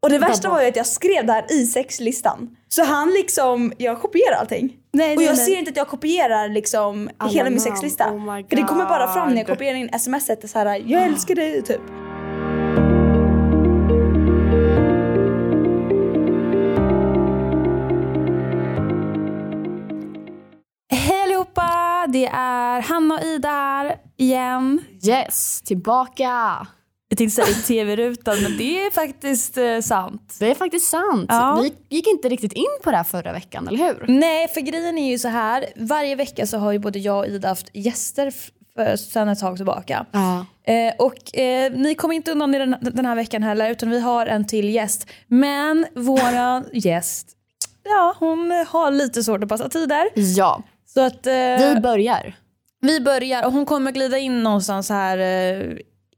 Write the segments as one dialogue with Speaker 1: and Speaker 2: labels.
Speaker 1: Och det värsta var ju att jag skrev det här i sexlistan. Så han liksom, jag kopierar allting.
Speaker 2: Nej,
Speaker 1: Och
Speaker 2: nej,
Speaker 1: jag
Speaker 2: nej.
Speaker 1: ser inte att jag kopierar liksom
Speaker 2: Alla
Speaker 1: hela min
Speaker 2: namn.
Speaker 1: sexlista.
Speaker 2: Oh my
Speaker 1: För det kommer bara fram när jag
Speaker 2: God.
Speaker 1: kopierar in smset det är så här, jag älskar dig typ.
Speaker 2: Hej allihopa! Det är Hanna och Ida här igen.
Speaker 3: Yes, tillbaka!
Speaker 2: Jag tänkte säga i tv-rutan men det är faktiskt eh, sant.
Speaker 3: Det är faktiskt sant.
Speaker 2: Ja.
Speaker 3: Vi gick inte riktigt in på det här förra veckan, eller hur?
Speaker 2: Nej för grejen är ju så här. varje vecka så har ju både jag och Ida haft gäster f- för- sedan ett tag tillbaka.
Speaker 3: Ja.
Speaker 2: Eh, och eh, ni kommer inte undan i den, den här veckan heller utan vi har en till gäst. Men våran gäst, ja hon har lite svårt att passa tider.
Speaker 3: Ja,
Speaker 2: Så att, eh,
Speaker 3: vi börjar.
Speaker 2: Vi börjar och hon kommer glida in någonstans här eh,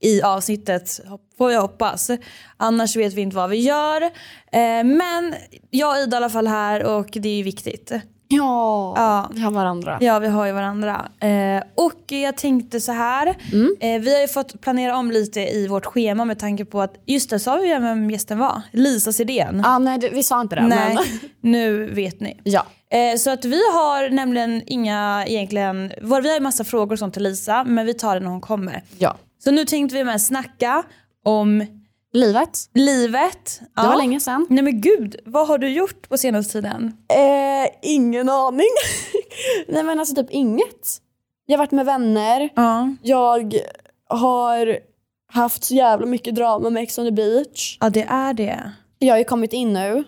Speaker 2: i avsnittet hop- får jag hoppas. Annars vet vi inte vad vi gör. Eh, men jag och Ida i alla fall här och det är ju viktigt.
Speaker 3: Ja,
Speaker 2: Ja.
Speaker 3: vi har varandra.
Speaker 2: Ja vi har ju varandra. Eh, och jag tänkte så här. Eh, vi har ju fått planera om lite i vårt schema med tanke på att just det sa vi ju vem gästen var. Lisas idén.
Speaker 3: Ah, nej, du- vi sa inte det.
Speaker 2: Nej,
Speaker 3: Men,
Speaker 2: nu vet ni.
Speaker 3: ja.
Speaker 2: Eh, Så att vi har nämligen inga egentligen, vår- vi har ju massa frågor och sånt till Lisa men vi tar det när hon kommer.
Speaker 3: ja.
Speaker 2: Så nu tänkte vi med snacka om
Speaker 3: Livet,
Speaker 2: livet.
Speaker 3: det var länge sedan.
Speaker 2: Nej men gud, vad har du gjort på senaste tiden?
Speaker 3: Eh, ingen aning. nej men alltså typ inget. Jag har varit med vänner.
Speaker 2: Ja.
Speaker 3: Jag har haft så jävla mycket drama med Ex on the beach.
Speaker 2: Ja det är det.
Speaker 3: Jag har ju kommit in nu.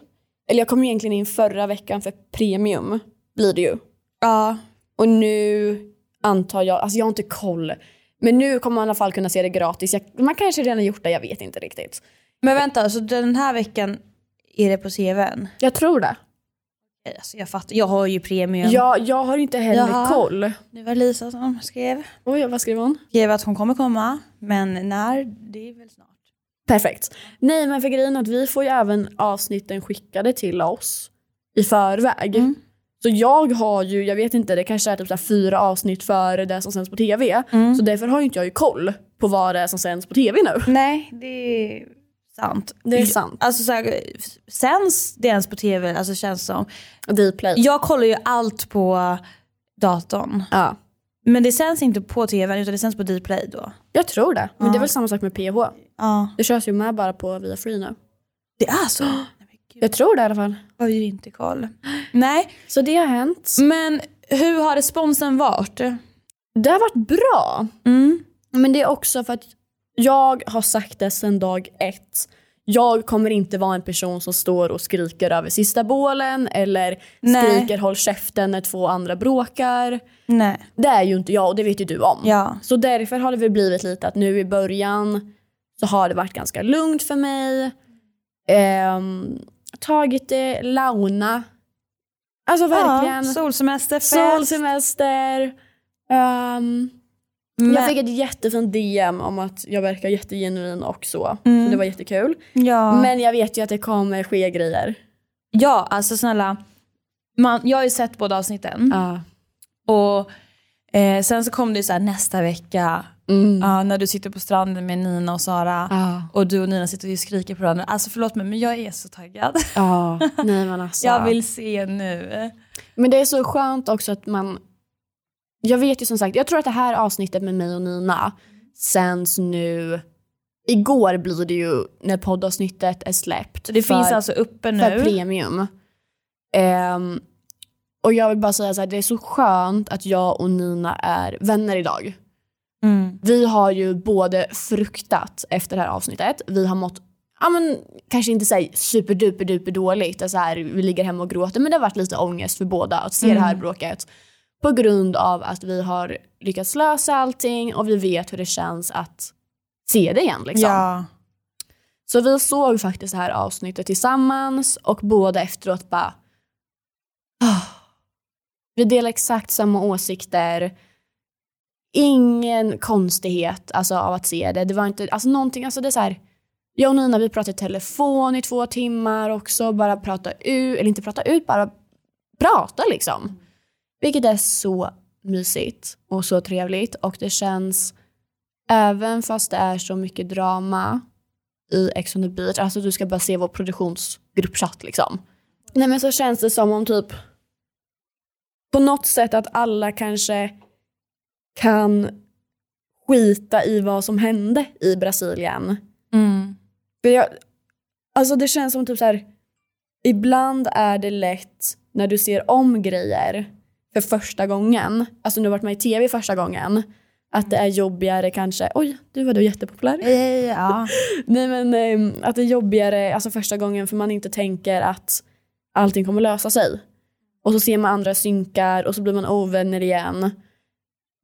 Speaker 3: Eller jag kom egentligen in förra veckan för premium blir det ju.
Speaker 2: Ja.
Speaker 3: Och nu antar jag, alltså jag har inte koll. Men nu kommer man i alla fall kunna se det gratis. Jag, man kanske redan gjort det, jag vet inte riktigt.
Speaker 2: Men vänta, så den här veckan är det på CVn?
Speaker 3: Jag tror det.
Speaker 2: Nej, Alltså jag fattar, jag har ju premium.
Speaker 3: Ja, jag har inte heller
Speaker 2: Jaha.
Speaker 3: koll.
Speaker 2: Det var Lisa som skrev.
Speaker 3: Oj, vad skrev hon?
Speaker 2: Skrev att hon kommer komma, men när? Det är väl snart.
Speaker 3: Perfekt. Nej, men för grejen är att vi får ju även avsnitten skickade till oss i förväg.
Speaker 2: Mm.
Speaker 3: Så jag har ju, jag vet inte, det kanske är typ så här fyra avsnitt före det som sänds på tv. Så därför har ju inte jag ju koll på vad det är som sänds på tv nu.
Speaker 2: Nej, det är sant.
Speaker 3: Det är sant.
Speaker 2: Alltså så här, sänds det ens på tv? Alltså känns som.
Speaker 3: Dplay. Ja.
Speaker 2: Jag kollar ju allt på datorn.
Speaker 3: ja.
Speaker 2: Men det sänds inte på tv utan det sänds på Dplay då.
Speaker 3: Jag tror det. Men det är väl samma sak med PH.
Speaker 2: Ja.
Speaker 3: Det körs ju med bara på via free nu.
Speaker 2: Det är så? Nej, men gud,
Speaker 3: Jag tror det i alla fall.
Speaker 2: Jag har ju inte koll. Nej,
Speaker 3: Så det har hänt.
Speaker 2: men hur har responsen varit?
Speaker 3: Det har varit bra.
Speaker 2: Mm.
Speaker 3: Men det är också för att jag har sagt det sedan dag ett. Jag kommer inte vara en person som står och skriker över sista bålen eller
Speaker 2: Nej.
Speaker 3: skriker håll käften när två andra bråkar.
Speaker 2: Nej.
Speaker 3: Det är ju inte jag och det vet ju du om.
Speaker 2: Ja.
Speaker 3: Så därför har det väl blivit lite att nu i början så har det varit ganska lugnt för mig. Ehm, tagit det launa. Alltså verkligen.
Speaker 2: Ja, solsemester, fest.
Speaker 3: Solsemester. Ehm,
Speaker 2: Men-
Speaker 3: Jag fick ett jättefint DM om att jag verkar jättegenuin och så.
Speaker 2: Mm.
Speaker 3: Så det var jättekul.
Speaker 2: ja.
Speaker 3: Men jag vet ju att det kommer ske grejer.
Speaker 2: ja, alltså snälla. Man, jag har ju sett båda avsnitten.
Speaker 3: Ja.
Speaker 2: Och eh, sen så kom det ju så här nästa vecka.
Speaker 3: Mm.
Speaker 2: Ja, när du sitter på stranden med Nina och Sara.
Speaker 3: Ja.
Speaker 2: Och du och Nina sitter och skriker på varandra. Alltså förlåt mig men jag är så taggad.
Speaker 3: Ja. Nej men alltså.
Speaker 2: Jag vill se nu.
Speaker 3: Men det är så skönt också att man... Jag vet ju som sagt, jag tror att det här avsnittet med mig och Nina sänds nu... Igår blir det ju när poddavsnittet är släppt.
Speaker 2: Så det
Speaker 3: för,
Speaker 2: finns alltså uppe
Speaker 3: för
Speaker 2: nu.
Speaker 3: premium. Ehm, och jag vill bara säga så här, det är så skönt att jag och Nina är vänner idag.
Speaker 2: Mm.
Speaker 3: Vi har ju både fruktat efter det här avsnittet, vi har mått Ja men kanske inte såhär superduper duper dåligt, alltså här, vi ligger hemma och gråter men det har varit lite ångest för båda att se det här bråket. På grund av att vi har lyckats lösa allting och vi vet hur det känns att se det igen liksom.
Speaker 2: Ja.
Speaker 3: Så vi såg faktiskt det här avsnittet tillsammans och båda efteråt bara... "Ah." Vi delar exakt samma åsikter. Ingen konstighet alltså, av att se det. Det var inte, alltså någonting, alltså det är så här, jag och Nina vi pratade i telefon i två timmar också, bara prata ut, eller inte prata ut, bara prata liksom. Vilket är så mysigt och så trevligt och det känns, även fast det är så mycket drama, i Ex on the beach. Alltså du ska bara se vår produktionsgruppchatt liksom. Nej men så känns det som om typ på något sätt att alla kanske kan skita i vad som hände i Brasilien.
Speaker 2: Mm.
Speaker 3: För jag, alltså det känns som typ så här. Ibland är det lätt när du ser om grejer för första gången, alltså när du har varit med i tv första gången, att det är jobbigare kanske, oj, du var du jättepopulär.
Speaker 2: Ja.
Speaker 3: Nej men ehm, att det är jobbigare alltså första gången för man inte tänker att allting kommer lösa sig. Och så ser man andra synkar och så blir man ovänner igen.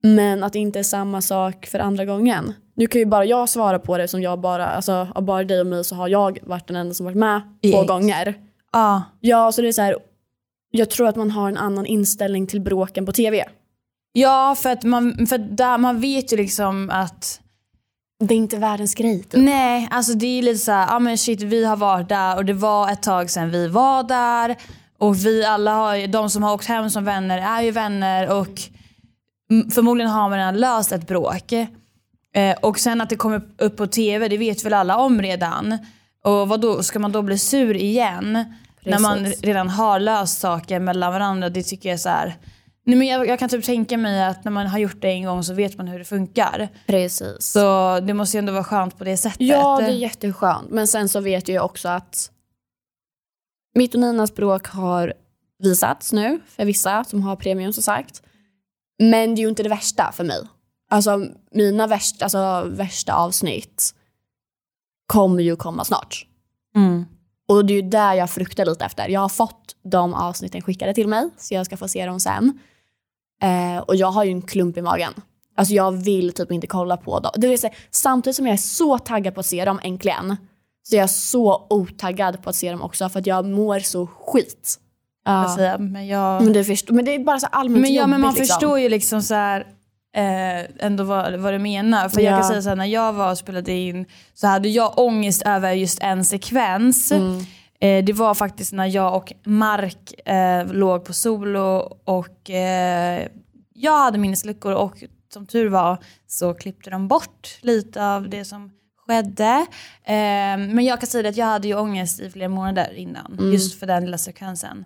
Speaker 3: Men att det inte är samma sak för andra gången. Nu kan ju bara jag svara på det som jag bara, alltså av bara dig och mig så har jag varit den enda som varit med två
Speaker 2: Yes.
Speaker 3: gånger.
Speaker 2: ja.
Speaker 3: Ja så det är så här, jag tror att man har en annan inställning till bråken på tv.
Speaker 2: Ja, för att man, för att där, man vet ju liksom att
Speaker 3: Det är inte världens grej typ.
Speaker 2: Nej, alltså det är lite såhär, ja ah, men shit vi har varit där och det var ett tag sedan vi var där. Och vi alla har ju, de som har åkt hem som vänner är ju vänner och mm, förmodligen har man redan löst ett bråk. Eh, och sen att det kommer upp på TV, det vet väl alla om redan. Och vad då ska man då bli sur igen? När man
Speaker 3: Precis.
Speaker 2: redan har löst saker mellan varandra, det tycker jag är såhär. Nej, men jag, jag kan typ tänka mig att när man har gjort det en gång så vet man hur det funkar.
Speaker 3: Precis.
Speaker 2: Så det måste ju ändå vara skönt på det sättet.
Speaker 3: Ja, det är jätteskönt. Men sen så vet jag också att mitt och Ninas bråk har visats nu för vissa som har premium som sagt. Men det är ju inte det värsta för mig. Alltså mina värsta, alltså, värsta avsnitt kommer ju komma snart.
Speaker 2: Mm.
Speaker 3: Och det är ju där jag fruktar lite efter. Jag har fått de avsnitten skickade till mig så jag ska få se dem sen. Eh, och jag har ju en klump i magen. Alltså jag vill typ inte kolla på dem. Det vill säga, samtidigt som jag är så taggad på att se dem äntligen så är jag så otaggad på att se dem också för att jag mår så skit.
Speaker 2: Jag
Speaker 3: Ja.
Speaker 2: säger, men jag...
Speaker 3: Men, du förstår, men det är bara så allmänt
Speaker 2: Alltså. Men, ja, men man
Speaker 3: jobbigt, liksom.
Speaker 2: förstår ju liksom så här, eh, ändå vad, vad du menar. För jag
Speaker 3: Ja.
Speaker 2: kan säga så här, när jag var och spelade in så hade jag ångest över just en sekvens.
Speaker 3: Mm.
Speaker 2: Eh, det var faktiskt när jag och Mark eh, låg på solo och eh, jag hade minnesluckor och som tur var så klippte de bort lite av det som skedde. Eh, men jag kan säga det att jag hade ju ångest i flera månader innan
Speaker 3: Mm.
Speaker 2: just för den lilla sekvensen.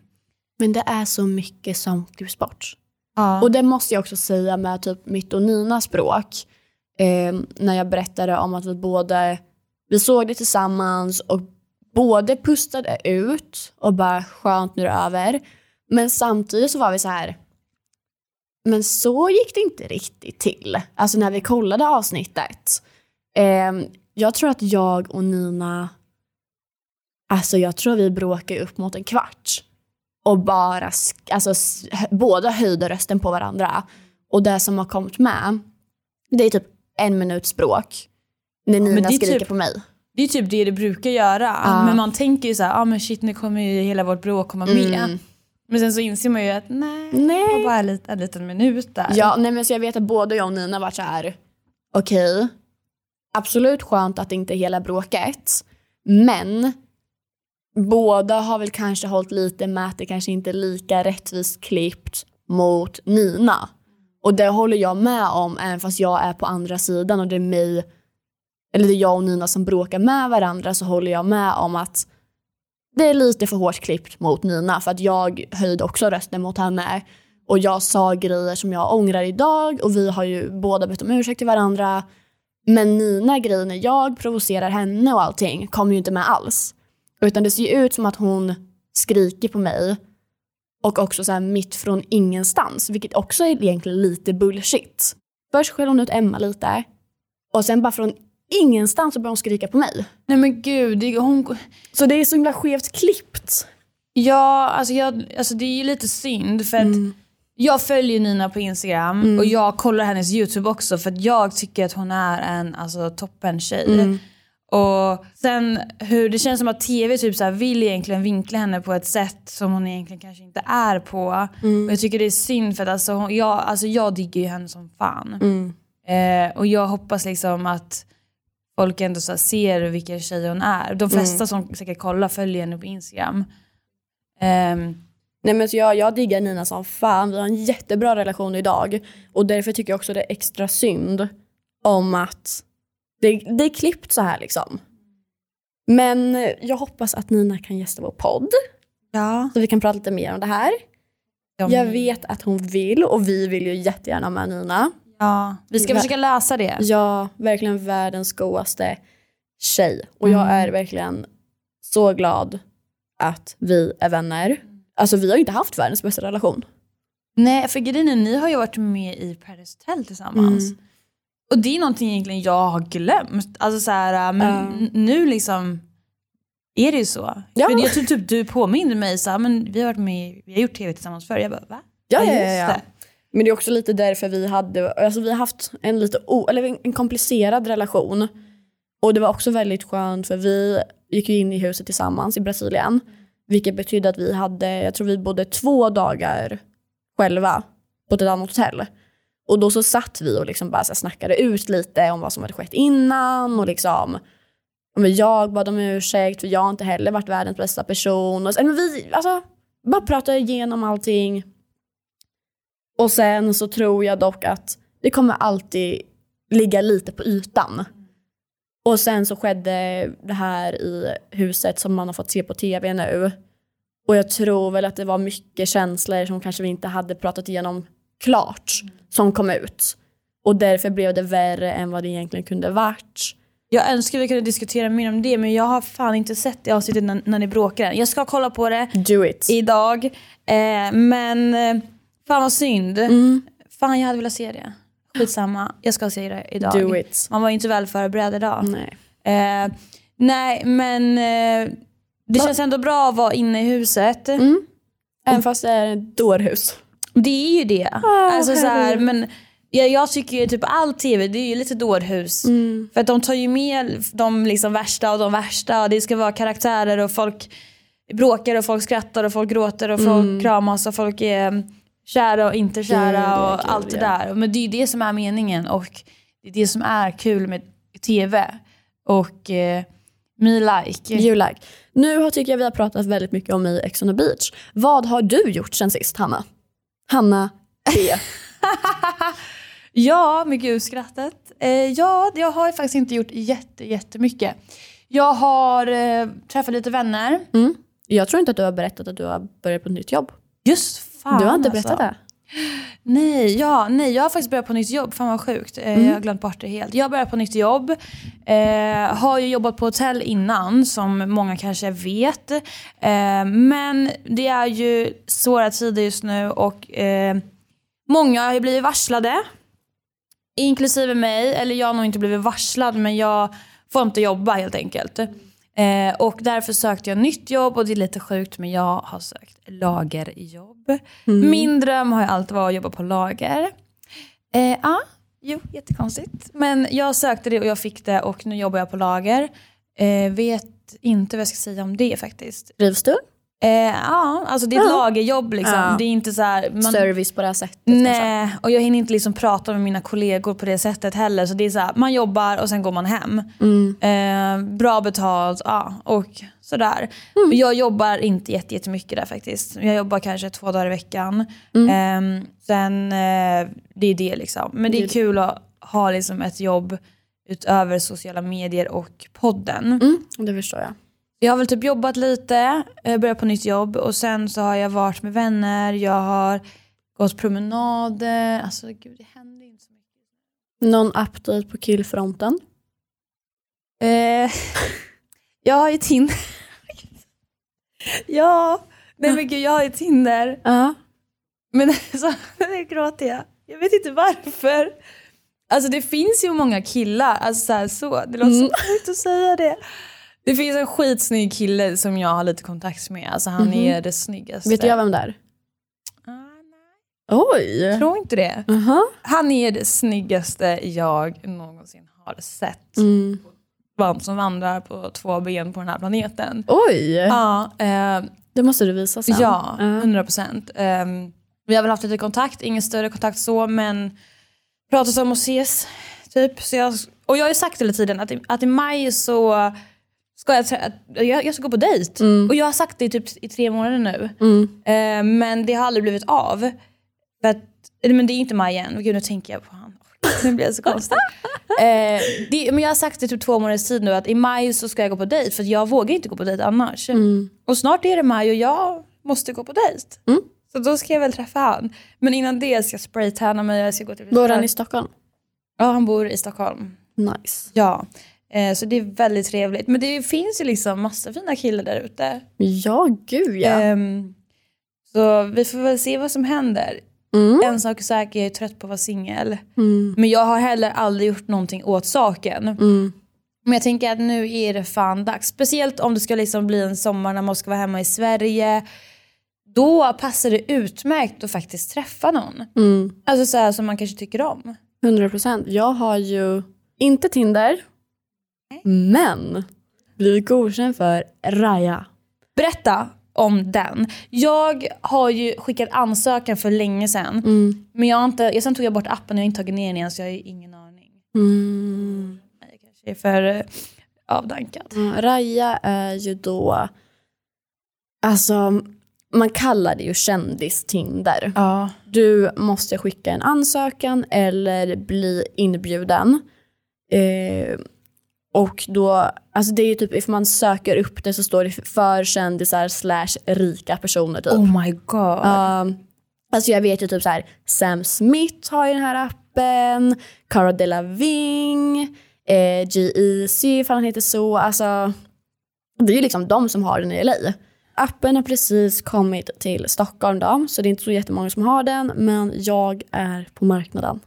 Speaker 3: Men det är så mycket som typ klipps bort.
Speaker 2: Ja.
Speaker 3: Och det måste jag också säga med typ mitt och Ninas bråk. Eh, när jag berättade om att vi både, vi såg det tillsammans och både pustade ut och bara skönt nu är det över. Men samtidigt så var vi så här, men så gick det inte riktigt till. Alltså när vi kollade avsnittet. Eh, jag tror att jag och Nina, alltså jag tror vi bråkade upp mot en kvart och bara, sk- alltså s- hö- båda höjde rösten på varandra. Och det som har kommit med, det är typ en minuts bråk. När
Speaker 2: men
Speaker 3: Nina
Speaker 2: det är
Speaker 3: skriker
Speaker 2: typ-
Speaker 3: på mig.
Speaker 2: Det är typ det det brukar göra.
Speaker 3: Ja.
Speaker 2: Men man tänker ju så här, ah, men shit nu kommer ju hela vårt bråk komma med. Men sen så inser man ju att nej,
Speaker 3: Mm. Nej.
Speaker 2: det var bara en liten, en liten minut där.
Speaker 3: Ja, nej men så jag vet att både jag och Nina varit så här. okej, absolut skönt att det inte är hela bråket, men båda har väl kanske hållit lite med att det kanske inte är lika rättvist klippt mot Nina. Och det håller jag med om, även fast jag är på andra sidan och det är mig, eller det är jag och Nina som bråkar med varandra så håller jag med om att det är lite för hårt klippt mot Nina för att jag höjde också rösten mot henne och jag sa grejer som jag ångrar idag och vi har ju båda bett om ursäkt till varandra. Men Nina grejer när jag provocerar henne och allting kommer ju inte med alls. Utan det ser ju ut som att hon skriker på mig och också så här mitt från ingenstans vilket också är egentligen lite bullshit. Först skäller hon ut Emma lite och sen bara från ingenstans så börjar hon skrika på mig.
Speaker 2: Nej men gud, det, hon,
Speaker 3: Så det är så himla skevt klippt.
Speaker 2: ja, alltså jag, alltså det är ju lite synd för att jag följer ju Nina på Instagram och jag kollar hennes YouTube också för att jag tycker att hon är en alltså, toppen tjej. Och sen hur det känns som att tv typ så här vill egentligen vinkla henne på ett sätt som hon egentligen kanske inte är på. Och jag tycker det är synd för att alltså, hon, jag, alltså, jag digger ju henne som fan. Eh, och jag hoppas liksom att folk ändå så här ser vilken tjej hon är. De flesta som säkert kollar följer henne på Instagram. Ehm,
Speaker 3: Nej men så jag, jag diggar Nina som fan, vi har en jättebra relation idag. Och därför tycker jag också det är extra synd om att det, det är klippt så här liksom. Men jag hoppas att Nina kan gästa vår podd
Speaker 2: Ja.
Speaker 3: så vi kan prata lite mer om det här.
Speaker 2: De,
Speaker 3: Jag vet att hon vill och vi vill ju jättegärna ha med Nina.
Speaker 2: ja. Vi ska
Speaker 3: Va-
Speaker 2: försöka lösa det.
Speaker 3: Ja, verkligen världens godaste tjej. Och
Speaker 2: Mm.
Speaker 3: jag är verkligen så glad att vi är vänner. Alltså vi har ju inte haft världens bästa relation.
Speaker 2: Nej, för grejen är, ni har ju varit med i Paradise Hotel tillsammans.
Speaker 3: Mm.
Speaker 2: Och det är någonting egentligen jag har glömt. Alltså så här, äh, men
Speaker 3: Ja.
Speaker 2: n- nu liksom är det ju så.
Speaker 3: Ja.
Speaker 2: För jag tror typ du påminner mig så här, men vi har varit med, vi har gjort tv tillsammans förr. Jag bara va?
Speaker 3: Ja, ja,
Speaker 2: just
Speaker 3: ja, ja.
Speaker 2: det.
Speaker 3: Men det är också lite därför vi hade, alltså vi har haft en lite o, eller en- en komplicerad relation. Och det var också väldigt skönt för vi gick ju in i huset tillsammans i Brasilien. Vilket betydde att vi hade, jag tror vi bodde två dagar själva på ett annat hotell. Och då så satt vi och liksom bara så här snackade ut lite om vad som hade skett innan och liksom ja, men jag bad om ursäkt för jag har inte heller varit världens bästa person. Och sen, men vi alltså, bara pratade igenom allting. Och sen så tror jag dock att det kommer alltid ligga lite på ytan. Och sen så skedde det här i huset som man har fått se på tv nu. Och jag tror väl att det var mycket känslor som kanske vi inte hade pratat igenom klart som kom ut. Och därför blev det värre än vad det egentligen kunde varit.
Speaker 2: Jag önskar vi kunde diskutera mer om det men jag har fan inte sett det avsnittet när, när ni bråkar. Jag ska kolla på det
Speaker 3: Do it.
Speaker 2: idag. Eh, men eh, fan vad synd.
Speaker 3: Mm.
Speaker 2: Fan jag hade velat se det. Skitsamma, jag ska se det idag.
Speaker 3: Do it.
Speaker 2: Man var ju inte väl förberedd idag.
Speaker 3: Nej.
Speaker 2: Eh, nej men eh, det känns ändå bra att vara inne i huset.
Speaker 3: Mm. Även fast det är ett dårhus.
Speaker 2: Det är ju det. alltså, så här,
Speaker 3: Ah, herregud.
Speaker 2: men jag, jag tycker ju typ all tv det är ju lite dårhus.
Speaker 3: Mm.
Speaker 2: För att de tar ju med de liksom värsta och de värsta. Och det ska vara karaktärer och folk bråkar och folk skrattar och folk gråter och folk
Speaker 3: Mm.
Speaker 2: kramas och folk är mm, kära och inte kära
Speaker 3: Gud,
Speaker 2: och
Speaker 3: gud,
Speaker 2: allt det
Speaker 3: ja.
Speaker 2: där. Men det är ju det som är meningen och det är det som är kul med tv. Och eh, me like.
Speaker 3: You like. Nu har, tycker jag vi har pratat väldigt mycket om i Ex on the beach. Vad har du gjort sen sist Hanna? Hanna B.
Speaker 2: Ja, med gudskrattet. Eh, ja, det har jag faktiskt inte gjort jätte, jättemycket. Jag har eh, träffat lite vänner.
Speaker 3: Mm. Jag tror inte att du har berättat att du har börjat på ett nytt jobb.
Speaker 2: Just fan
Speaker 3: du har inte berättat
Speaker 2: alltså.
Speaker 3: det?
Speaker 2: Nej, ja, nej, jag har faktiskt börjat på nytt jobb. Fan vad sjukt. Eh,
Speaker 3: Mm.
Speaker 2: Jag har glömt bort det helt. Jag har börjat på nytt jobb. Eh, har ju jobbat på hotell innan som många kanske vet. Eh, men det är ju svåra tider just nu och eh, många har ju blivit varslade. Inklusive mig, eller jag har nog inte blivit varslad men jag får inte jobba helt enkelt. Eh, och därför sökte jag nytt jobb och det är lite sjukt men jag har sökt lagerjobb.
Speaker 3: Mm.
Speaker 2: Min dröm har ju alltid varit att jobba på lager. Eh, ja, jo jättekonstigt. Men jag sökte det och jag fick det och nu jobbar jag på lager. Eh, vet inte vad jag ska säga om det faktiskt.
Speaker 3: Trivs du?
Speaker 2: Eh, ja, alltså det är ett
Speaker 3: Ja.
Speaker 2: lagerjobb liksom.
Speaker 3: Ja.
Speaker 2: Det är inte så här, man,
Speaker 3: Service på det här sättet kanske?
Speaker 2: Nej, och jag hinner inte liksom prata med mina kollegor på det sättet heller. Så det är så här, man jobbar och sen går man hem. Eh, bra betalt, ja. Och sådär. Och Jag jobbar inte jätte- jättemycket där faktiskt. Jag jobbar kanske två dagar i veckan. Eh, sen, eh, det är det liksom. Men det är kul att ha liksom ett jobb utöver sociala medier och podden.
Speaker 3: Mm, det förstår jag.
Speaker 2: Jag har väl typ jobbat lite, eh, börjat på nytt jobb och sen så har jag varit med vänner, jag har gått promenader. Alltså gud det händer ju inte så mycket.
Speaker 3: Någon update på killfronten?
Speaker 2: Eh, jag har ju Tinder. ja, nej men gud jag har ju Tinder.
Speaker 3: Ja.
Speaker 2: Men så nu gråter jag. Jag vet inte varför. Alltså det finns ju många killar, alltså så, här, så. det
Speaker 3: Mm.
Speaker 2: låter så sjukt att säga det. Det finns en skitsnygg kille som jag har lite kontakt med, alltså han är det snyggaste.
Speaker 3: Mhm. Vet jag vem det är?
Speaker 2: Ah, nej.
Speaker 3: Oj!
Speaker 2: tror inte det.
Speaker 3: Aha.
Speaker 2: Han är det snyggaste jag någonsin har sett.
Speaker 3: Mm.
Speaker 2: Man som vandrar på två ben på den här planeten.
Speaker 3: Oj!
Speaker 2: Ja, eh,
Speaker 3: Det måste du visa sen.
Speaker 2: ja
Speaker 3: Ja. Eh.
Speaker 2: 100 procent. Ehm, vi har väl haft lite kontakt, ingen större kontakt så men pratat om att ses. Typ. Så jag, och jag har ju sagt hela tiden att i, att i maj så ska jag, trä- att jag, jag ska gå på dejt. Och jag har sagt det i typ i tre månader nu. Ehm,
Speaker 3: Mm.
Speaker 2: Eh, men det har aldrig blivit av. För att, eller, men det är inte maj än. Gud, nu tänker jag på han. Åh, Nu blir jag så konstig. Eh, det, men jag har sagt det typ två månaders tid nu att i maj så ska jag gå på dejt för att jag vågar inte gå på dejt annars.
Speaker 3: Mm.
Speaker 2: Och snart är det maj och jag måste gå på dejt.
Speaker 3: Mm.
Speaker 2: Så då ska jag väl träffa han. Men innan det ska jag spraytanna mig. Jag ska gå till
Speaker 3: Bor han i Stockholm?
Speaker 2: Ja, han bor i Stockholm.
Speaker 3: Nice.
Speaker 2: Ja. Eh, så det är väldigt trevligt. Men det finns ju liksom massa fina killar där ute.
Speaker 3: Ja, gud ja.
Speaker 2: Ehm, så vi får väl se vad som händer.
Speaker 3: Mm.
Speaker 2: En sak är säker, jag är trött på att vara singel.
Speaker 3: Mm.
Speaker 2: Men jag har heller aldrig gjort någonting åt saken.
Speaker 3: Mm.
Speaker 2: Men jag tänker att nu är det fan dags. Speciellt om det ska liksom bli en sommar när man ska vara hemma i Sverige. Då passar det utmärkt att faktiskt träffa någon.
Speaker 3: Mm.
Speaker 2: Alltså så här som man kanske tycker om.
Speaker 3: 100 procent. Jag har ju inte Tinder, men blivit godkänd för Raya.
Speaker 2: Berätta om den. Jag har ju skickat ansökan för länge sedan.
Speaker 3: Mm.
Speaker 2: Men jag har inte, jag, sen tog jag bort appen och jag har inte tagit ner den igen så jag har ju ingen aning.
Speaker 3: Mm.
Speaker 2: Nej, Jag kanske är för eh, avdankad.
Speaker 3: Mm, Raja är ju då, alltså man kallar det ju kändis-Tinder.
Speaker 2: Ja.
Speaker 3: Du måste skicka en ansökan eller bli inbjuden. Eh, och då, alltså det är ju typ ifall man söker upp det så står det för kändisar slash rika personer typ.
Speaker 2: Oh my god.
Speaker 3: Ja, alltså jag vet ju typ så här, Sam Smith har ju den här appen, Cara Delevingne, eh, G-Eazy ifall han heter så. Alltså, det är ju liksom de som har den i LA. Appen har precis kommit till Stockholm då, så det är inte så jättemånga som har den, men jag är på marknaden.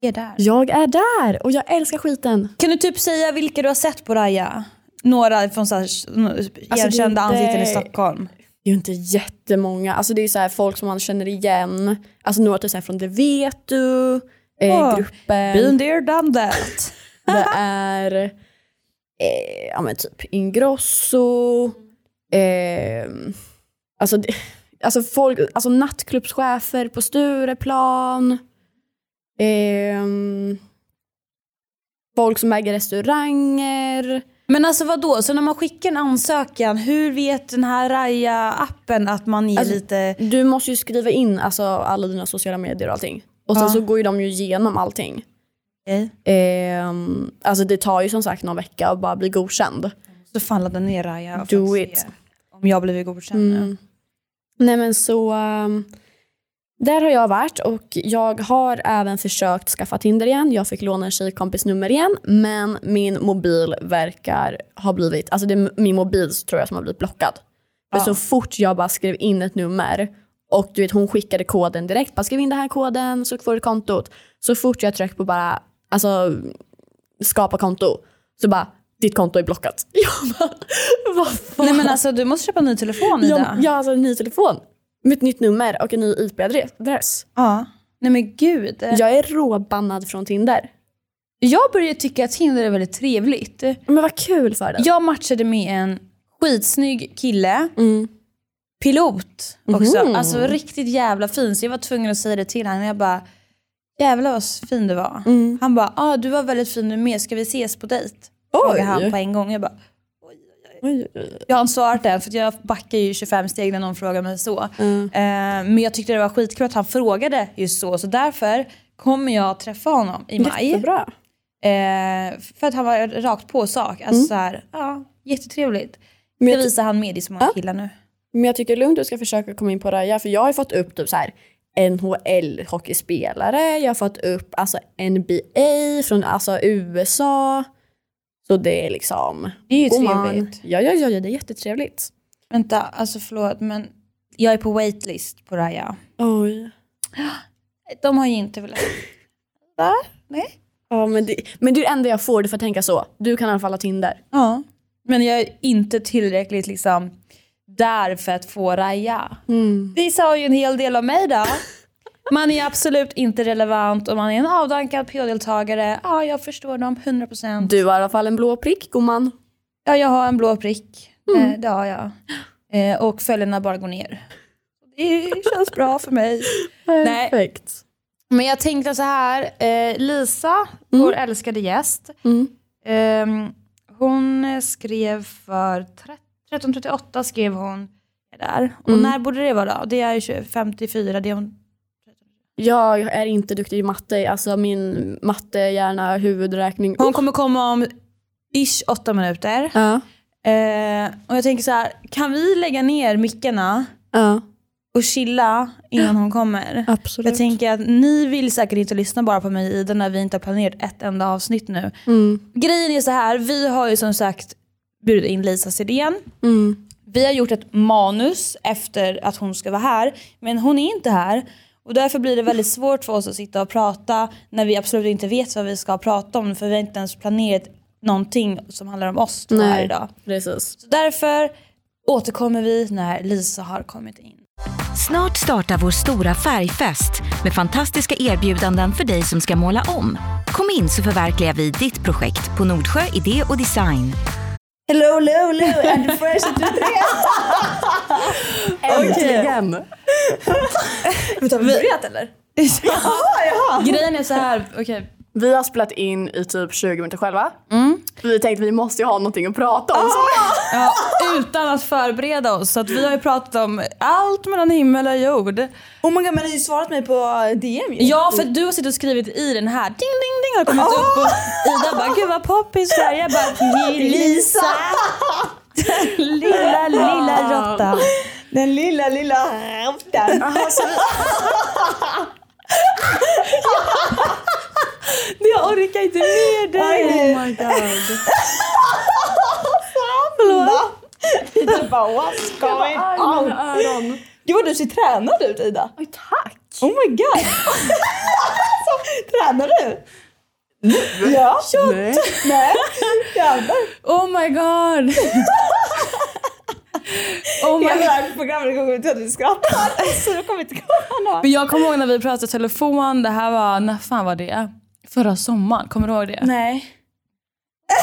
Speaker 2: Jag är där.
Speaker 3: Jag är där och jag älskar skiten.
Speaker 2: Kan du typ säga vilka du har sett på Raya? Några från så här, Alltså,
Speaker 3: det är
Speaker 2: igenkända
Speaker 3: inte-
Speaker 2: ansikten i Stockholm.
Speaker 3: Det är ju inte jättemånga, alltså det är ju så här folk som man känner igen, alltså några typ så här från Det vet du, eh,
Speaker 2: Åh,
Speaker 3: gruppen.
Speaker 2: Been there, done that.
Speaker 3: Det är eh, ja, men typ Ingrosso. Eh, alltså, det- alltså, folk, alltså nattklubbschefer på Stureplan. Eh, folk som äger restauranger.
Speaker 2: Men alltså vad då? så när man skickar en ansökan, hur vet den här Raya-appen att man är
Speaker 3: Alltså-
Speaker 2: lite...
Speaker 3: Du måste ju skriva in alltså, alla dina sociala medier och allting. Och sen
Speaker 2: Ja.
Speaker 3: så går ju de ju igenom allting.
Speaker 2: Okej.
Speaker 3: Eh, alltså det tar ju som sagt någon vecka att bara bli godkänd.
Speaker 2: Så fan ladda ner Raya. och
Speaker 3: Do
Speaker 2: får
Speaker 3: it.
Speaker 2: se Om jag blivit godkänd nu.
Speaker 3: Mm. Nej men så, um, där har jag varit och jag har även försökt skaffa Tinder igen. Jag fick låna en tjejkompis nummer igen men min mobil verkar ha blivit, alltså det är min mobil tror jag som har blivit blockad. För
Speaker 2: Ja.
Speaker 3: så fort jag bara skrev in ett nummer och du vet hon skickade koden direkt, bara skriv in den här koden så får du kontot. Så fort jag tryckte på bara, alltså skapa konto, så bara ditt konto är blockat. Jag bara, vad fan?
Speaker 2: Nej men alltså du måste köpa en ny telefon Ida.
Speaker 3: Jag, jag har alltså en ny telefon med ett nytt nummer och en ny IP-adress.
Speaker 2: Ja. Nej men gud.
Speaker 3: Jag är råbannad från Tinder.
Speaker 2: Jag börjar tycka att Tinder är väldigt trevligt.
Speaker 3: Men vad kul för dig.
Speaker 2: Jag matchade med en skitsnygg kille,
Speaker 3: Mm.
Speaker 2: pilot också.
Speaker 3: Mhm.
Speaker 2: Alltså riktigt jävla fin. Så jag var tvungen att säga det till honom. Jag bara, jävlar vad fin du var.
Speaker 3: Mm.
Speaker 2: Han bara, ah, du var väldigt fin du med, ska vi ses på dejt? Frågade han på en gång. Jag bara,
Speaker 3: Oj, oj, oj.
Speaker 2: jag har inte svarat än för att jag backar ju 25 steg när någon frågar mig så.
Speaker 3: Mm.
Speaker 2: Eh, men jag tyckte det var skitkul att han frågade just så. Så därför kommer jag träffa honom i maj.
Speaker 3: Jättebra.
Speaker 2: Eh, för att han var rakt på sak. Alltså så här, ja, jättetrevligt.
Speaker 3: Mm. Men
Speaker 2: Det
Speaker 3: jag, ty-
Speaker 2: visar han med i så många
Speaker 3: Ja.
Speaker 2: killar nu.
Speaker 3: men jag tycker lugnt du ska försöka komma in på Raja för jag har ju fått upp typ så här NHL-hockeyspelare, jag har fått upp alltså NBA från alltså USA. Så det är liksom...
Speaker 2: Det är ju
Speaker 3: God man.
Speaker 2: trevligt.
Speaker 3: Ja, ja, ja, ja, det är jättetrevligt.
Speaker 2: Vänta, alltså förlåt men jag är på waitlist på Raya.
Speaker 3: Oj.
Speaker 2: De har ju inte velat... Va? Nej?
Speaker 3: Ja, men, det, men det är det enda jag får, du får tänka så. Du kan i alla fall ha Tinder.
Speaker 2: Ja. Men jag är inte tillräckligt liksom där för att få Raya.
Speaker 3: Mm.
Speaker 2: Det sa ju en hel del om mig då. Man är absolut inte relevant och man är en avdankad PH-deltagare. Ja, jag förstår dem 100%.
Speaker 3: Du har i alla fall en blå prick, gumman.
Speaker 2: Ja, jag har en blå prick. Eh, det har jag. Eh, och följderna bara går ner. Det känns bra för mig. Nej.
Speaker 3: Perfekt.
Speaker 2: Men jag tänkte så här, eh, Lisa, vår älskade gäst,
Speaker 3: Mm.
Speaker 2: ehm, hon eh, skrev för tre- 1338 skrev hon där. Och
Speaker 3: Mm.
Speaker 2: när borde det vara då? Det är ju 24, det är hon
Speaker 3: Jag är inte duktig i matte. Alltså min matte, hjärna, huvudräkning.
Speaker 2: Hon kommer komma om ish åtta minuter.
Speaker 3: Ja,
Speaker 2: Eh, och jag tänker så här, kan vi lägga ner mickarna
Speaker 3: ja,
Speaker 2: och chilla innan hon kommer?
Speaker 3: absolut.
Speaker 2: Jag tänker att ni vill säkert inte lyssna bara på mig och Ida när vi inte har planerat ett enda avsnitt nu.
Speaker 3: mm,
Speaker 2: Grejen är så här, vi har ju som sagt bjudit in Lisa Sidén.
Speaker 3: mm,
Speaker 2: Vi har gjort ett manus efter att hon ska vara här, men hon är inte här. Och därför blir det väldigt svårt för oss att sitta och prata när vi absolut inte vet vad vi ska prata om för vi har inte ens planerat någonting som handlar om oss två här
Speaker 3: Nej.
Speaker 2: idag.
Speaker 3: precis.
Speaker 2: Så därför återkommer vi när Lisa har kommit in.
Speaker 4: Snart startar vår stora färgfest med fantastiska erbjudanden för dig som ska måla om. Kom in så förverkligar vi ditt projekt på Nordsjö Idé och Design.
Speaker 1: Hello, hello, hello and fresh
Speaker 3: Äntligen!
Speaker 1: Har vi börjat eller?
Speaker 2: Grejen är så här, okej.
Speaker 3: Vi har spelat in i typ 20 minuter själva. Vi tänkte vi måste ju ha någonting att prata om. Så-
Speaker 2: Ja, utan att förbereda oss. Så att vi har ju pratat om allt mellan himmel och jord.
Speaker 1: Oh my god, men har ju svarat mig på DM ju.
Speaker 2: Ja, för du har suttit och skrivit i den här. Ding, ding, ding har kommit upp och Ida bara, gud vad poppis det här. Jag bara, Lisa. lilla, lilla råtta.
Speaker 1: Den lilla, lilla råttan.
Speaker 2: Jag orkar inte med dig.
Speaker 1: Oh
Speaker 2: my god.
Speaker 1: Förlåt. Ida bara what's going on?
Speaker 3: öron.
Speaker 1: Gud vad du ser tränad ut Ida.
Speaker 3: Oj, tack!
Speaker 1: Oh my god. alltså, tränar du? Ja.
Speaker 3: Nej.
Speaker 1: Nej. Jävlar.
Speaker 2: Oh my god. Oh my
Speaker 1: Hela det här programmet kommer ut att vi skrattar. Så jag kommer inte komma någon.
Speaker 2: Men jag kommer ihåg när vi pratade i telefon, det här var, när fan var det? Förra sommaren, kommer du ihåg det?
Speaker 1: Nej.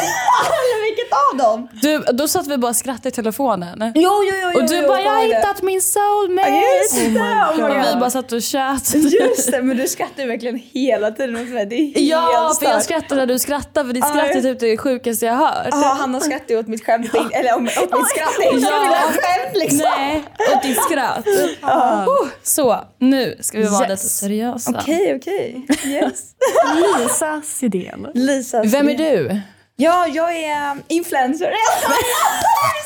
Speaker 1: Eller vilket av dem?
Speaker 2: Du, då satt vi bara och skrattade i telefonen.
Speaker 1: Jo, jo, jo.
Speaker 2: och du bara “jag har hittat min soulmate”.
Speaker 1: Just det! Oh my
Speaker 2: och vi
Speaker 1: God.
Speaker 2: bara satt och tjöt.
Speaker 1: Just det, men du skrattar ju verkligen hela tiden åt mig. Det är helt
Speaker 2: Ja, för
Speaker 1: stört.
Speaker 2: jag skrattar när du skrattar för ditt
Speaker 1: Ja,
Speaker 2: skratt är
Speaker 1: jag-
Speaker 2: typ det sjukaste jag har hört.
Speaker 1: Ja, Hanna skrattar ju åt mitt skämt, eller om- åt mitt skratt. Det är inte
Speaker 2: Ja.
Speaker 1: mina skämt liksom.
Speaker 2: Nej, och ditt skratt. Oh, så, nu ska vi
Speaker 1: Yes.
Speaker 2: vara lite seriösa.
Speaker 1: Okej, okej. Yes.
Speaker 3: Lisa Sidén.
Speaker 1: Lisa.
Speaker 2: Vem är du?
Speaker 1: Ja, jag är um, influencer.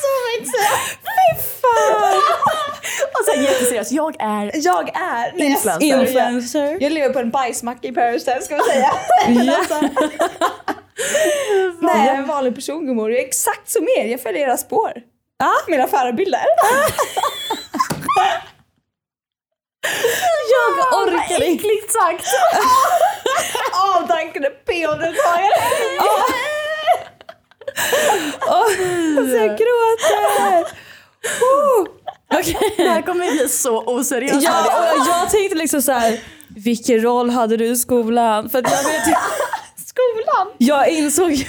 Speaker 1: Så inte säga. Fy fan.
Speaker 3: Och sen jätteseriös, jag är...
Speaker 1: Jag är nej,
Speaker 3: Influencer.
Speaker 1: jag-
Speaker 2: Influencer.
Speaker 1: Jag lever på en bajsmacka i Paradise ska man säga. Men alltså, nej, jag är en vanlig person gummor. Jag är exakt som er, jag följer era spår. Mina förebilder.
Speaker 2: Jag orkar inte.
Speaker 3: Äckligt sagt!
Speaker 1: Avdankade PH-deltagare.
Speaker 2: Alltså jag gråter. Oh. Okej.
Speaker 3: Det här kommer bli så oseriöst.
Speaker 1: Alltså,
Speaker 2: Ja, och jag tänkte liksom så här. Vilken roll hade du i skolan? För att jag, vet,
Speaker 1: Skolan.
Speaker 2: jag insåg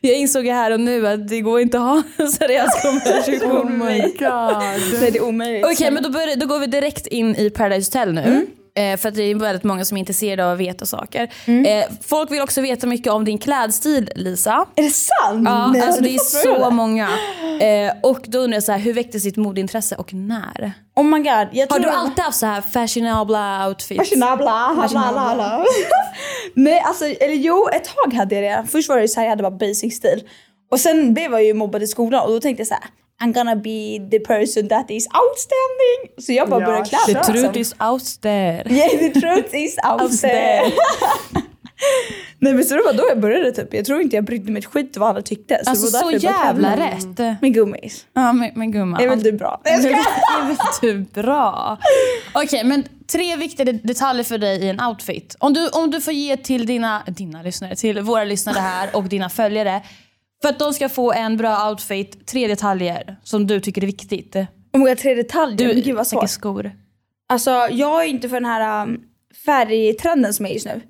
Speaker 2: Jag insåg ju här och nu att det går inte att ha en seriös
Speaker 1: Oh
Speaker 2: konversation.
Speaker 1: my
Speaker 3: god.
Speaker 1: Nej, det är omöjligt.
Speaker 2: Okej men då, börjar, då går vi direkt in i Paradise Hotel nu. Eh, för att det är väldigt många som är intresserade av att veta saker. Eh, folk vill också veta mycket om din klädstil Lisa.
Speaker 1: Är det sant?
Speaker 2: Ja,
Speaker 1: Nej,
Speaker 2: alltså
Speaker 1: du
Speaker 2: det är
Speaker 1: får fråga
Speaker 2: så
Speaker 1: det.
Speaker 2: många. Eh, och då undrar jag så här, hur väcktes ditt modeintresse och när?
Speaker 1: Oh my god. Jag
Speaker 2: Har
Speaker 1: tror
Speaker 2: du
Speaker 1: jag-
Speaker 2: alltid haft så här fashionabla outfits?
Speaker 1: Fashionabla, bla, bla. Nej alltså, eller jo ett tag hade jag det. Först var det så här, jag hade bara basic stil. Och sen blev jag ju mobbad i skolan och då tänkte jag så här. I'm gonna be the person that is outstanding. Så jag bara
Speaker 3: Ja,
Speaker 1: började klä
Speaker 2: The
Speaker 1: mig som-
Speaker 2: truth is out there.
Speaker 1: Yeah, the truth is out there. Nej men så det var då jag började typ. Jag tror inte jag brydde mig ett skit vad alla tyckte. Så
Speaker 2: Alltså
Speaker 1: det var
Speaker 2: så
Speaker 1: därför jag började klä
Speaker 2: jävla
Speaker 1: mig.
Speaker 2: rätt.
Speaker 1: Med gummis.
Speaker 2: Ja men, men gumman.
Speaker 1: Det är väl du bra? Nej, jag
Speaker 2: Det
Speaker 1: skojar.
Speaker 2: är väl du bra. Okej men tre viktiga det- detaljer för dig i en outfit. Om du, om du får ge till dina, dina lyssnare, till våra lyssnare här och dina följare. För att de ska få en bra outfit, tre detaljer som du tycker är viktigt.
Speaker 1: Oh my god, tre detaljer.
Speaker 2: Du,
Speaker 1: Men Gud vad
Speaker 2: vilka
Speaker 1: svårt.
Speaker 2: skor.
Speaker 1: Alltså jag är inte för den här um, färgtrenden som är just nu.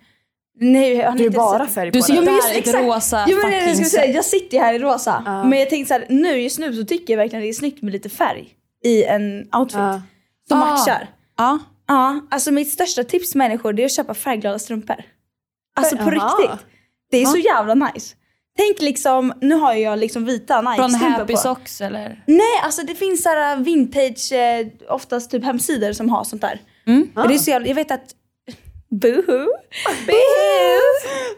Speaker 1: Nej, jag har
Speaker 3: Du är
Speaker 1: inte
Speaker 3: bara
Speaker 1: sett-
Speaker 3: färg på
Speaker 2: Du ser ju
Speaker 3: den.
Speaker 1: men
Speaker 2: där
Speaker 1: just
Speaker 2: i ett
Speaker 1: exakt.
Speaker 2: rosa
Speaker 1: Jo, men det är det jag,
Speaker 2: fucking
Speaker 1: skulle säga, jag sitter ju här i rosa.
Speaker 3: Ja.
Speaker 1: Men jag tänkte så här, nu just nu så tycker jag verkligen det är snyggt med lite färg i en outfit
Speaker 3: Ja.
Speaker 1: som
Speaker 2: Ah.
Speaker 1: matchar.
Speaker 2: Ja.
Speaker 1: Ja, alltså mitt största tips till människor det är att köpa färgglada strumpor. Alltså på
Speaker 3: Jaha.
Speaker 1: riktigt. Det är så jävla nice. Tänk liksom, nu har ju jag liksom vita
Speaker 2: Från
Speaker 1: Nike-strumpor
Speaker 2: Happy
Speaker 1: på.
Speaker 2: Socks eller?
Speaker 1: Mm. äh, Nej, alltså det finns så här vintage, eh, oftast typ äh, hemsidor som har sånt där.
Speaker 2: Mm.
Speaker 1: Men Det är så jävla, jag vet att Boohoo, Boohoo,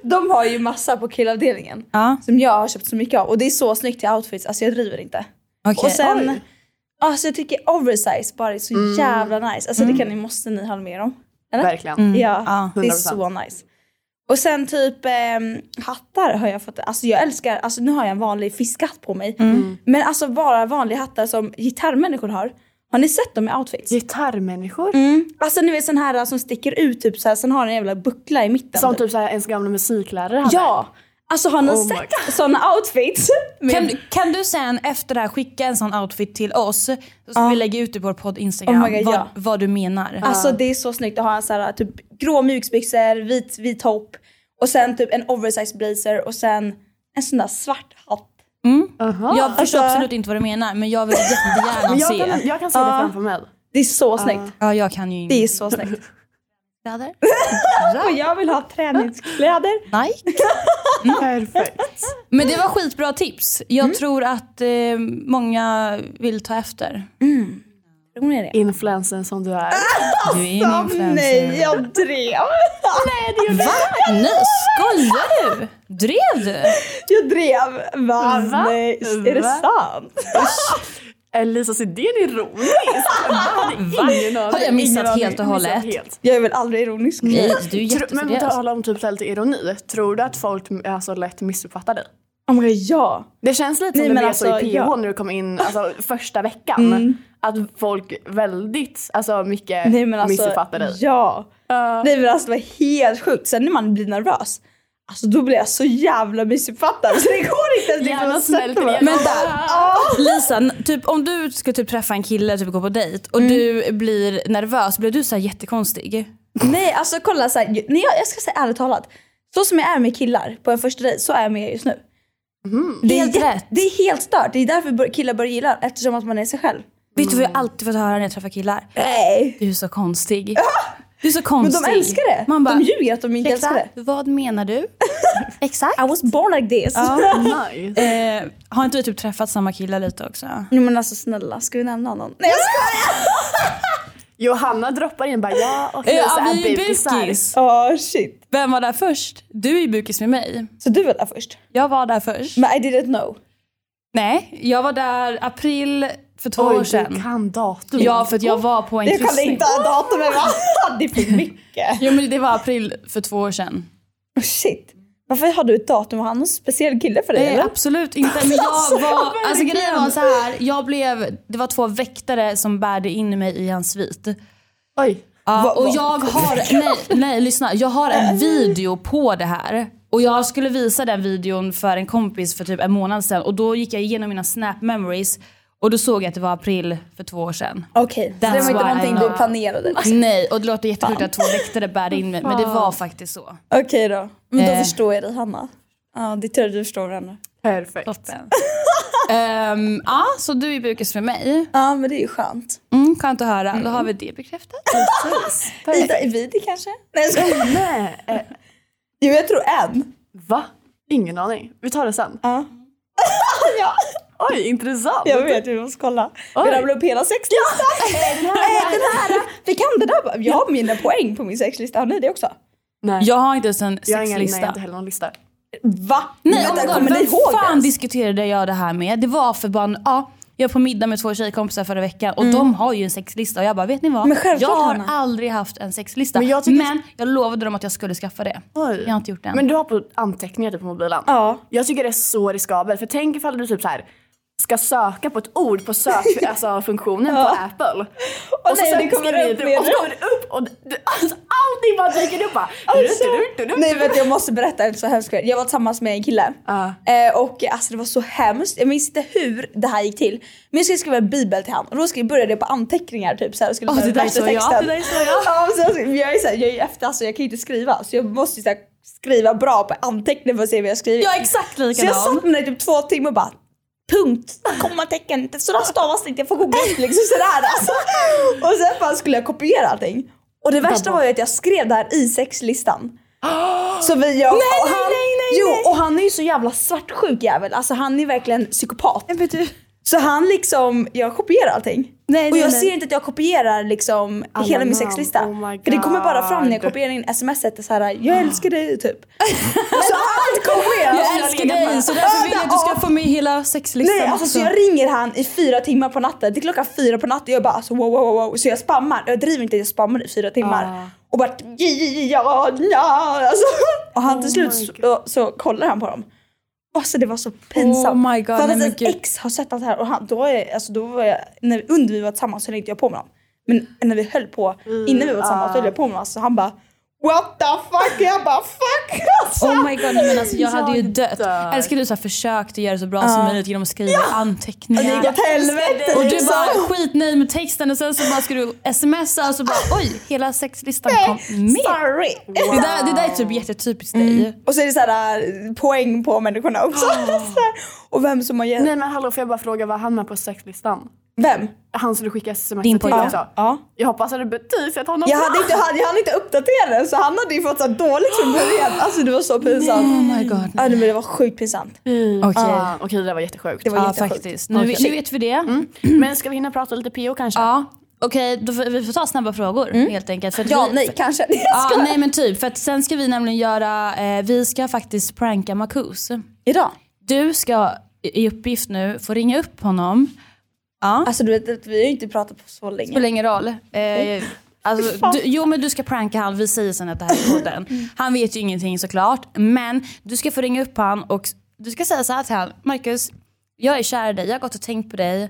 Speaker 1: de har ju massa på killavdelningen.
Speaker 2: Ja,
Speaker 1: Som jag har köpt så mycket av och det är så snyggt i outfits, alltså jag driver inte.
Speaker 2: okej.
Speaker 1: Och sen, alltså jag tycker oversize bara är så jävla nice. Alltså det kan ni, måste ni hålla med om. Eller?
Speaker 3: Verkligen.
Speaker 2: Mm.
Speaker 1: Ja,
Speaker 2: Ja.
Speaker 1: det är
Speaker 3: 100%.
Speaker 1: så nice. Och sen typ ehm, hattar har jag fått, alltså jag älskar, alltså nu har jag en vanlig fiskhatt på mig.
Speaker 3: Mm.
Speaker 2: Mm.
Speaker 1: Men alltså bara vanliga hattar som gitarrmänniskor har. Har ni sett dem i outfits?
Speaker 3: Gitarrmänniskor.
Speaker 1: Mm. Alltså ni vet sån här som sticker ut typ så här, sen har den en jävla buckla i mitten.
Speaker 3: Som typ så här, ens gamla musiklärare hade.
Speaker 1: Ja! Alltså har ni
Speaker 3: Oh my
Speaker 1: sett såna outfits? Med-
Speaker 2: Kan, kan du sen efter det här skicka en sån outfit till oss? Så ska vi lägga ut det på vår podd Instagram.
Speaker 1: Oh my God,
Speaker 2: vad,
Speaker 1: ja.
Speaker 2: vad du menar.
Speaker 1: Alltså det är så snyggt att ha en så här, typ grå mjukisbyxor, vit, vit topp och sen typ en oversized blazer och sen en sån där svart hatt.
Speaker 3: Aha.
Speaker 2: jag
Speaker 1: alltså-
Speaker 2: förstår absolut inte vad du menar men jag vill jättegärna
Speaker 3: Men jag,
Speaker 2: se.
Speaker 3: kan, jag kan se det framför mig.
Speaker 1: Det är så
Speaker 2: Ah.
Speaker 1: snyggt.
Speaker 2: Ja, jag kan ju
Speaker 1: Det
Speaker 2: inte.
Speaker 1: är så snyggt.
Speaker 2: Kläder.
Speaker 1: och jag vill ha träningskläder.
Speaker 2: Nike.
Speaker 3: Perfekt.
Speaker 2: Men det var skitbra tips. Jag
Speaker 1: Mm.
Speaker 2: tror att eh, många vill ta efter.
Speaker 1: Tror ni det?
Speaker 3: Influensen som du är.
Speaker 1: Alltså,
Speaker 2: Du är en influencer.
Speaker 1: nej, jag drev. nej, det gjorde
Speaker 2: Nej, skojar du? Drev du?
Speaker 1: jag. drev. Va?
Speaker 3: Va?
Speaker 1: Nej, är det
Speaker 3: Va?
Speaker 1: sant?
Speaker 3: Elisa, se det är ironiskt. Jag hade ingen aning.
Speaker 2: Har jag missat
Speaker 3: Ingen
Speaker 2: helt och
Speaker 3: aning.
Speaker 2: hållet?
Speaker 3: Missat helt.
Speaker 1: Jag är väl aldrig ironisk.
Speaker 2: Nej, du är
Speaker 3: Tro, men på
Speaker 2: jätteseriös.
Speaker 3: tal om typ så här lite ironi, tror du att folk alltså, lätt missuppfattar dig?
Speaker 1: Oh my god, ja.
Speaker 3: Det känns lite som
Speaker 1: Nej,
Speaker 3: det
Speaker 1: men
Speaker 3: blev så
Speaker 1: alltså,
Speaker 3: i PH
Speaker 1: ja.
Speaker 3: när du kom in alltså, första veckan. Att folk väldigt alltså, mycket
Speaker 1: Nej men alltså,
Speaker 3: missuppfattar dig.
Speaker 1: ja. Nej men alltså det var helt sjukt. Sen när man blir nervös, alltså då blir jag så jävla missuppfattad så det går inte ens liksom
Speaker 3: Hjärnan
Speaker 1: att sätta
Speaker 3: smälter
Speaker 1: mig.
Speaker 3: igen.
Speaker 2: Men där, Lisa, n- typ, om du ska typ träffa en kille typ gå på dejt
Speaker 1: Mm.
Speaker 2: och du blir nervös, blir du så här jättekonstig?
Speaker 1: Nej alltså kolla såhär, nej, jag, jag ska säga ärligt talat. Så som jag är med killar på en första dejt så är jag med er just nu. Det, är
Speaker 2: Helt
Speaker 1: jä-
Speaker 2: rätt.
Speaker 1: det är helt stört, det är därför bör- killar börjar gilla eftersom att man är sig själv.
Speaker 2: Vet du vad jag
Speaker 1: Mm.
Speaker 2: alltid fått höra när jag träffar killar?
Speaker 1: Nej.
Speaker 2: Du är så konstig. Du är så
Speaker 1: Men
Speaker 2: konstig.
Speaker 1: de älskar det.
Speaker 2: Man bara,
Speaker 1: de ljuger att de inte älskar det.
Speaker 2: "Ursäkta, vad menar du? Exakt.
Speaker 1: I was born like this.
Speaker 3: Nice.
Speaker 2: Eh, har inte vi typ träffat samma killar lite också?
Speaker 1: Nej men alltså snälla, ska vi nämna honom? Nej jag skojar!
Speaker 3: Johanna droppar in bara ja och
Speaker 2: Ja,
Speaker 3: Lisa
Speaker 2: vi är
Speaker 3: är bukisar.
Speaker 2: bukis.
Speaker 1: Åh shit.
Speaker 2: Vem var där först? Du är bukis med mig.
Speaker 1: Så du var där först?
Speaker 2: Jag var där först.
Speaker 1: Men I didn't know.
Speaker 2: Nej, jag var där april för två år
Speaker 3: Oj, du
Speaker 2: sedan.
Speaker 3: kan datum.
Speaker 2: Ja, för att jag var på en
Speaker 1: Jag kan
Speaker 2: kryssning.
Speaker 1: inte ha datumet va? Det är för mycket.
Speaker 2: Jo men det var april för två år sedan.
Speaker 1: Oh, shit. Varför har du ett datum? Har han någon speciell kille för dig
Speaker 2: Nej,
Speaker 1: eller?
Speaker 2: Eh, absolut inte. Men jag var, alltså grejen var så här, jag blev, det var två väktare som bärde in mig i en svit.
Speaker 3: Oj.
Speaker 2: Ja, och jag har, nej, nej lyssna, jag har en video på det här. Och jag skulle visa den videon för en kompis för typ en månad sedan och då gick jag igenom mina snap memories och då såg jag att det var april för två år sedan.
Speaker 1: Okej, så det var
Speaker 2: That's
Speaker 1: inte
Speaker 2: why
Speaker 1: någonting du
Speaker 2: I know.
Speaker 1: planerade?
Speaker 2: Nej, och det låter jättesjukt att två väktare bärde in mig men det var faktiskt så.
Speaker 1: Okej då. Men då
Speaker 2: Eh.
Speaker 1: förstår jag dig Hanna. Ja, det är tur att du förstår varandra.
Speaker 3: Perfekt.
Speaker 2: Ehm, Ja, så du är bukis för mig.
Speaker 1: Ja, men det är ju skönt.
Speaker 2: Mm, skönt att höra. Då har vi det bekräftat.
Speaker 3: Precis. Perfekt.
Speaker 1: Ida är vi det kanske? Nej, jag skojar.
Speaker 3: Nej, eh,
Speaker 1: Jo, jag tror en.
Speaker 3: va? Ingen aning. Vi tar det sen.
Speaker 1: Ja. ja,
Speaker 3: Oj, intressant.
Speaker 1: jag vet. Vi måste kolla.
Speaker 3: Oj.
Speaker 1: Vi ramlar upp hela sexlistan. Eh, den här. Vi kan det där. Jag har mina poäng på min sexlista. Har ni det också?
Speaker 3: Nej.
Speaker 2: Jag har inte ens en
Speaker 3: Jag har ingen, nej, jag har
Speaker 2: sexlista.
Speaker 3: inte heller någon lista.
Speaker 1: Va?
Speaker 2: Nej,
Speaker 1: Vänta,
Speaker 2: oh my God,
Speaker 1: kommer ni
Speaker 2: vem
Speaker 1: ihåg
Speaker 2: fan
Speaker 1: ens?
Speaker 2: diskuterade jag det här med? Det var för bara, en- ja, jag var på middag med två tjejkompisar förra veckan och de har ju en sexlista och jag bara, vet ni vad?
Speaker 1: Mm. Men självklart,
Speaker 2: jag har
Speaker 1: Hanna.
Speaker 2: aldrig haft en sexlista. Men
Speaker 3: Men
Speaker 2: jag,
Speaker 3: jag tycker-
Speaker 2: lovade dem att jag skulle skaffa det.
Speaker 3: Oj.
Speaker 2: Jag har inte gjort det än.
Speaker 3: Men du har på anteckningar typ på mobilen?
Speaker 1: Ja.
Speaker 3: Jag tycker det är så riskabelt. För tänk ifall du typ så här ska söka på ett ord på sök, alltså funktionen på Apple. Och,
Speaker 1: nej, det kommer
Speaker 3: skriver
Speaker 1: upp
Speaker 3: du-
Speaker 1: mer.
Speaker 3: Och så kommer det upp och du, alltså, allting bara dyker upp bara.
Speaker 1: Alltså,
Speaker 3: Du, du, du, du, du.
Speaker 1: nej vet du, jag måste berätta en så hemsk grej. Jag var tillsammans med en kille.
Speaker 3: Ja.
Speaker 1: Eh, och alltså det var så hemskt. Jag minns inte hur det här gick till. Men jag skulle skriva en bibel till han och då skulle började jag på anteckningar typ så här, och skulle
Speaker 2: Åh,
Speaker 1: ta
Speaker 2: det
Speaker 1: den
Speaker 2: där är
Speaker 1: värsta
Speaker 2: så jag,
Speaker 1: texten.
Speaker 2: det där är så jag.
Speaker 1: Ja, men så jag, skrev- jag är så här, jag är ju efter alltså jag kan ju inte skriva så jag måste ju så här, skriva bra på anteckningar för att se vad jag skriver.
Speaker 2: Jag är exakt
Speaker 1: så jag
Speaker 2: likadan.
Speaker 1: satt med den i typ två timmar och bara punkt, kommatecken, sådär stavas det inte, jag får googla upp liksom sådär alltså. Och sen bara skulle jag kopiera allting. Och det värsta var ju att jag skrev det här i sexlistan. Så vi, jag, nej, och han, nej, nej, jo, och han är ju så jävla svartsjuk jävel, alltså han är verkligen psykopat. Så han liksom, jag kopierar allting. och jag
Speaker 2: nej.
Speaker 1: ser inte att jag kopierar liksom
Speaker 3: Alla
Speaker 1: hela min
Speaker 3: namn.
Speaker 1: sexlista.
Speaker 3: Oh my
Speaker 1: för det kommer bara fram när jag
Speaker 3: God.
Speaker 1: kopierar in smset så här jag älskar dig typ. så allt kopierar
Speaker 2: Jag älskar dig så därför vill jag att du ska få med hela sexlistan
Speaker 1: Nej alltså så jag ringer han i fyra timmar på natten, det är klockan fyra på natten och jag bara alltså wow wow wow, wow. så jag spammar, jag driver inte jag spammar i fyra timmar.
Speaker 3: Ah.
Speaker 1: Och bara ja ja ja alltså. Och han till
Speaker 3: Oh
Speaker 1: slut
Speaker 3: my
Speaker 1: så, så kollar han på dem. Alltså det var så pinsamt.
Speaker 2: Oh my god,
Speaker 1: För att
Speaker 2: nej, men
Speaker 1: ens
Speaker 2: gud.
Speaker 1: ex har sett allt det här och han, då, är, alltså, då var jag, när, under vi var tillsammans så höll inte jag på med honom. Men när vi höll på,
Speaker 2: Mm,
Speaker 1: innan vi var
Speaker 2: ah.
Speaker 1: tillsammans, då höll jag på med honom. Så han bara What the fuck? Jag bara fuck alltså.
Speaker 2: Oh my god, nej, men alltså jag hade ju
Speaker 3: Jag
Speaker 2: dött.
Speaker 3: dör.
Speaker 2: Älskar du så här, försökte göra det så bra som möjligt genom att skriva anteckningar.
Speaker 1: Alltså, Det gick åt helvete
Speaker 2: Och du
Speaker 1: liksom.
Speaker 2: bara skitnöjd med texten och sen så bara ska du smsa och så bara oj, hela sexlistan kom med.
Speaker 1: Sorry.
Speaker 2: Det där, det där är typ jättetypiskt dig.
Speaker 1: Och så är det så här äh, poäng på människorna också. Så här. och vem som har gett...
Speaker 3: Nej men hallå får jag bara fråga vad han har på sexlistan?
Speaker 1: Vem?
Speaker 3: Han som du skickade sms
Speaker 2: Din
Speaker 3: till
Speaker 2: pojkvän.
Speaker 3: också.
Speaker 1: Ja.
Speaker 3: Jag hoppas att du betygsatt honom
Speaker 1: Jag
Speaker 3: bra.
Speaker 1: hade inte, hade, jag hann inte uppdatera den så han hade ju fått så här dåligt från början. Alltså det var så pinsamt.
Speaker 2: Oh my god.
Speaker 1: Ja, nej, men det var sjukt pinsamt.
Speaker 2: Okej.
Speaker 3: Ah, Okej det där var jättesjukt.
Speaker 1: Det var
Speaker 2: Ja
Speaker 1: jättesjukt.
Speaker 2: faktiskt. Mm. Nu, nu vet vi det.
Speaker 3: Men ska vi hinna prata lite PO kanske?
Speaker 2: Ja. Okej, då får, vi får ta snabba frågor helt enkelt. För att
Speaker 1: Ja,
Speaker 2: vi,
Speaker 1: nej, kanske. Nej, jag
Speaker 2: Ja,
Speaker 1: skojar.
Speaker 2: nej men typ. För att sen ska vi nämligen göra, eh, vi ska faktiskt pranka Marcus.
Speaker 1: Idag?
Speaker 2: Du ska i i uppgift nu få ringa upp honom. Ja.
Speaker 1: Alltså du vet, att vi har ju inte pratat på så länge.
Speaker 2: spelar ingen roll. Eh,
Speaker 1: Oh.
Speaker 2: alltså, du, jo men du ska pranka han, vi säger sen att det här är
Speaker 1: Mm.
Speaker 2: podden. Han vet ju ingenting såklart. Men du ska få ringa upp han och s- du ska säga så här till han. Marcus, jag är kär i dig, jag har gått och tänkt på dig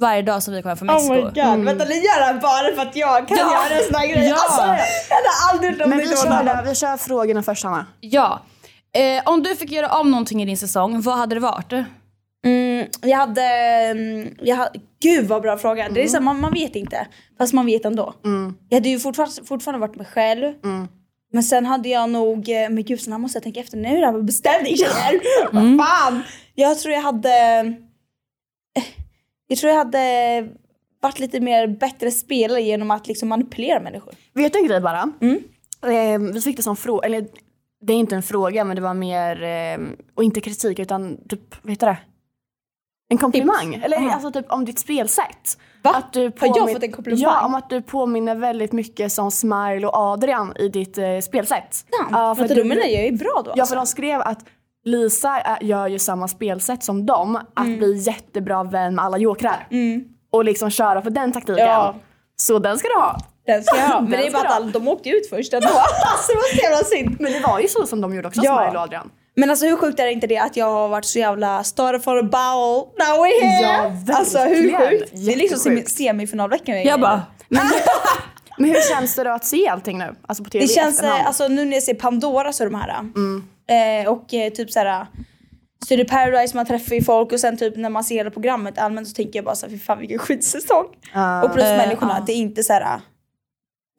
Speaker 2: varje dag som vi kommer från
Speaker 1: Oh
Speaker 2: Mexiko.
Speaker 1: my god, vänta ni gör det här bara för att jag kan
Speaker 2: Ja.
Speaker 1: göra en sån här grej.
Speaker 2: Ja.
Speaker 1: Alltså, jag hade aldrig gjort det om
Speaker 3: Men
Speaker 1: det
Speaker 3: vi
Speaker 1: inte var någon
Speaker 3: kör,
Speaker 1: annan.
Speaker 3: vi kör frågorna först Hanna.
Speaker 2: Ja. Eh, om du fick göra om någonting i din säsong, vad hade det varit?
Speaker 1: Mm, jag hade, mm, jag hade... Gud vad bra fråga. Det är så här, man, man vet inte. Fast man vet ändå. Jag hade ju fortfarande, fortfarande varit mig själv. Men sen hade jag nog... eh, Men gud, sen här måste jag tänka efter. Nu är det här med beställning tjejer. Vad fan! Jag tror jag hade... eh, Jag tror jag hade varit lite mer bättre spelare genom att liksom manipulera människor.
Speaker 3: Vet du en grej bara?
Speaker 1: Mm.
Speaker 3: Eh, vi fick det som fråga, eller det är inte en fråga men det var mer, eh, och inte kritik utan typ, vad heter det? En komplimang. Eller alltså typ om ditt spelsätt.
Speaker 1: Va?
Speaker 3: Att du
Speaker 1: Har jag
Speaker 3: påmin-
Speaker 1: fått en komplimang?
Speaker 3: Ja, om att du påminner väldigt mycket som Smile och Adrian i ditt eh, spelsätt. Ja, för
Speaker 1: Vänta,
Speaker 3: du-
Speaker 1: då menar jag är bra då.
Speaker 3: Ja, för de skrev att Lisa ä, gör ju samma spelsätt som dem, att
Speaker 1: Mm.
Speaker 3: bli jättebra vän med alla jokrar. Och liksom köra på den taktiken.
Speaker 1: Ja.
Speaker 3: Så den ska du ha.
Speaker 1: Den ska jag ha. Men
Speaker 3: Den
Speaker 1: det är bara
Speaker 3: ska
Speaker 1: att alla- de åkte ut först ändå. alltså det var så jävla synd.
Speaker 3: Men det var ju så som de gjorde också,
Speaker 1: Ja.
Speaker 3: Smile och Adrian.
Speaker 1: Men alltså hur sjukt är det inte det att jag har varit så jävla started for a bowl, now we're here!
Speaker 3: Ja,
Speaker 1: alltså hur
Speaker 3: verkligen.
Speaker 1: sjukt? Det är liksom semi-
Speaker 3: Jättesjukt.
Speaker 1: semifinalveckan
Speaker 2: Jag bara,
Speaker 3: Men hur känns det då att se allting nu? Alltså på tv
Speaker 1: Det känns,
Speaker 3: efterhand?
Speaker 1: eh, alltså nu när jag ser Pandora så de här.
Speaker 3: Mm.
Speaker 1: Eh, och eh, typ såhär Studio Paradise, man träffar ju folk och sen typ när man ser hela programmet allmänt så tänker jag bara såhär fy fan vilken skitsäsong.
Speaker 3: Ah.
Speaker 1: och plus
Speaker 2: Eh,
Speaker 1: människorna,
Speaker 2: ah.
Speaker 1: det är inte såhär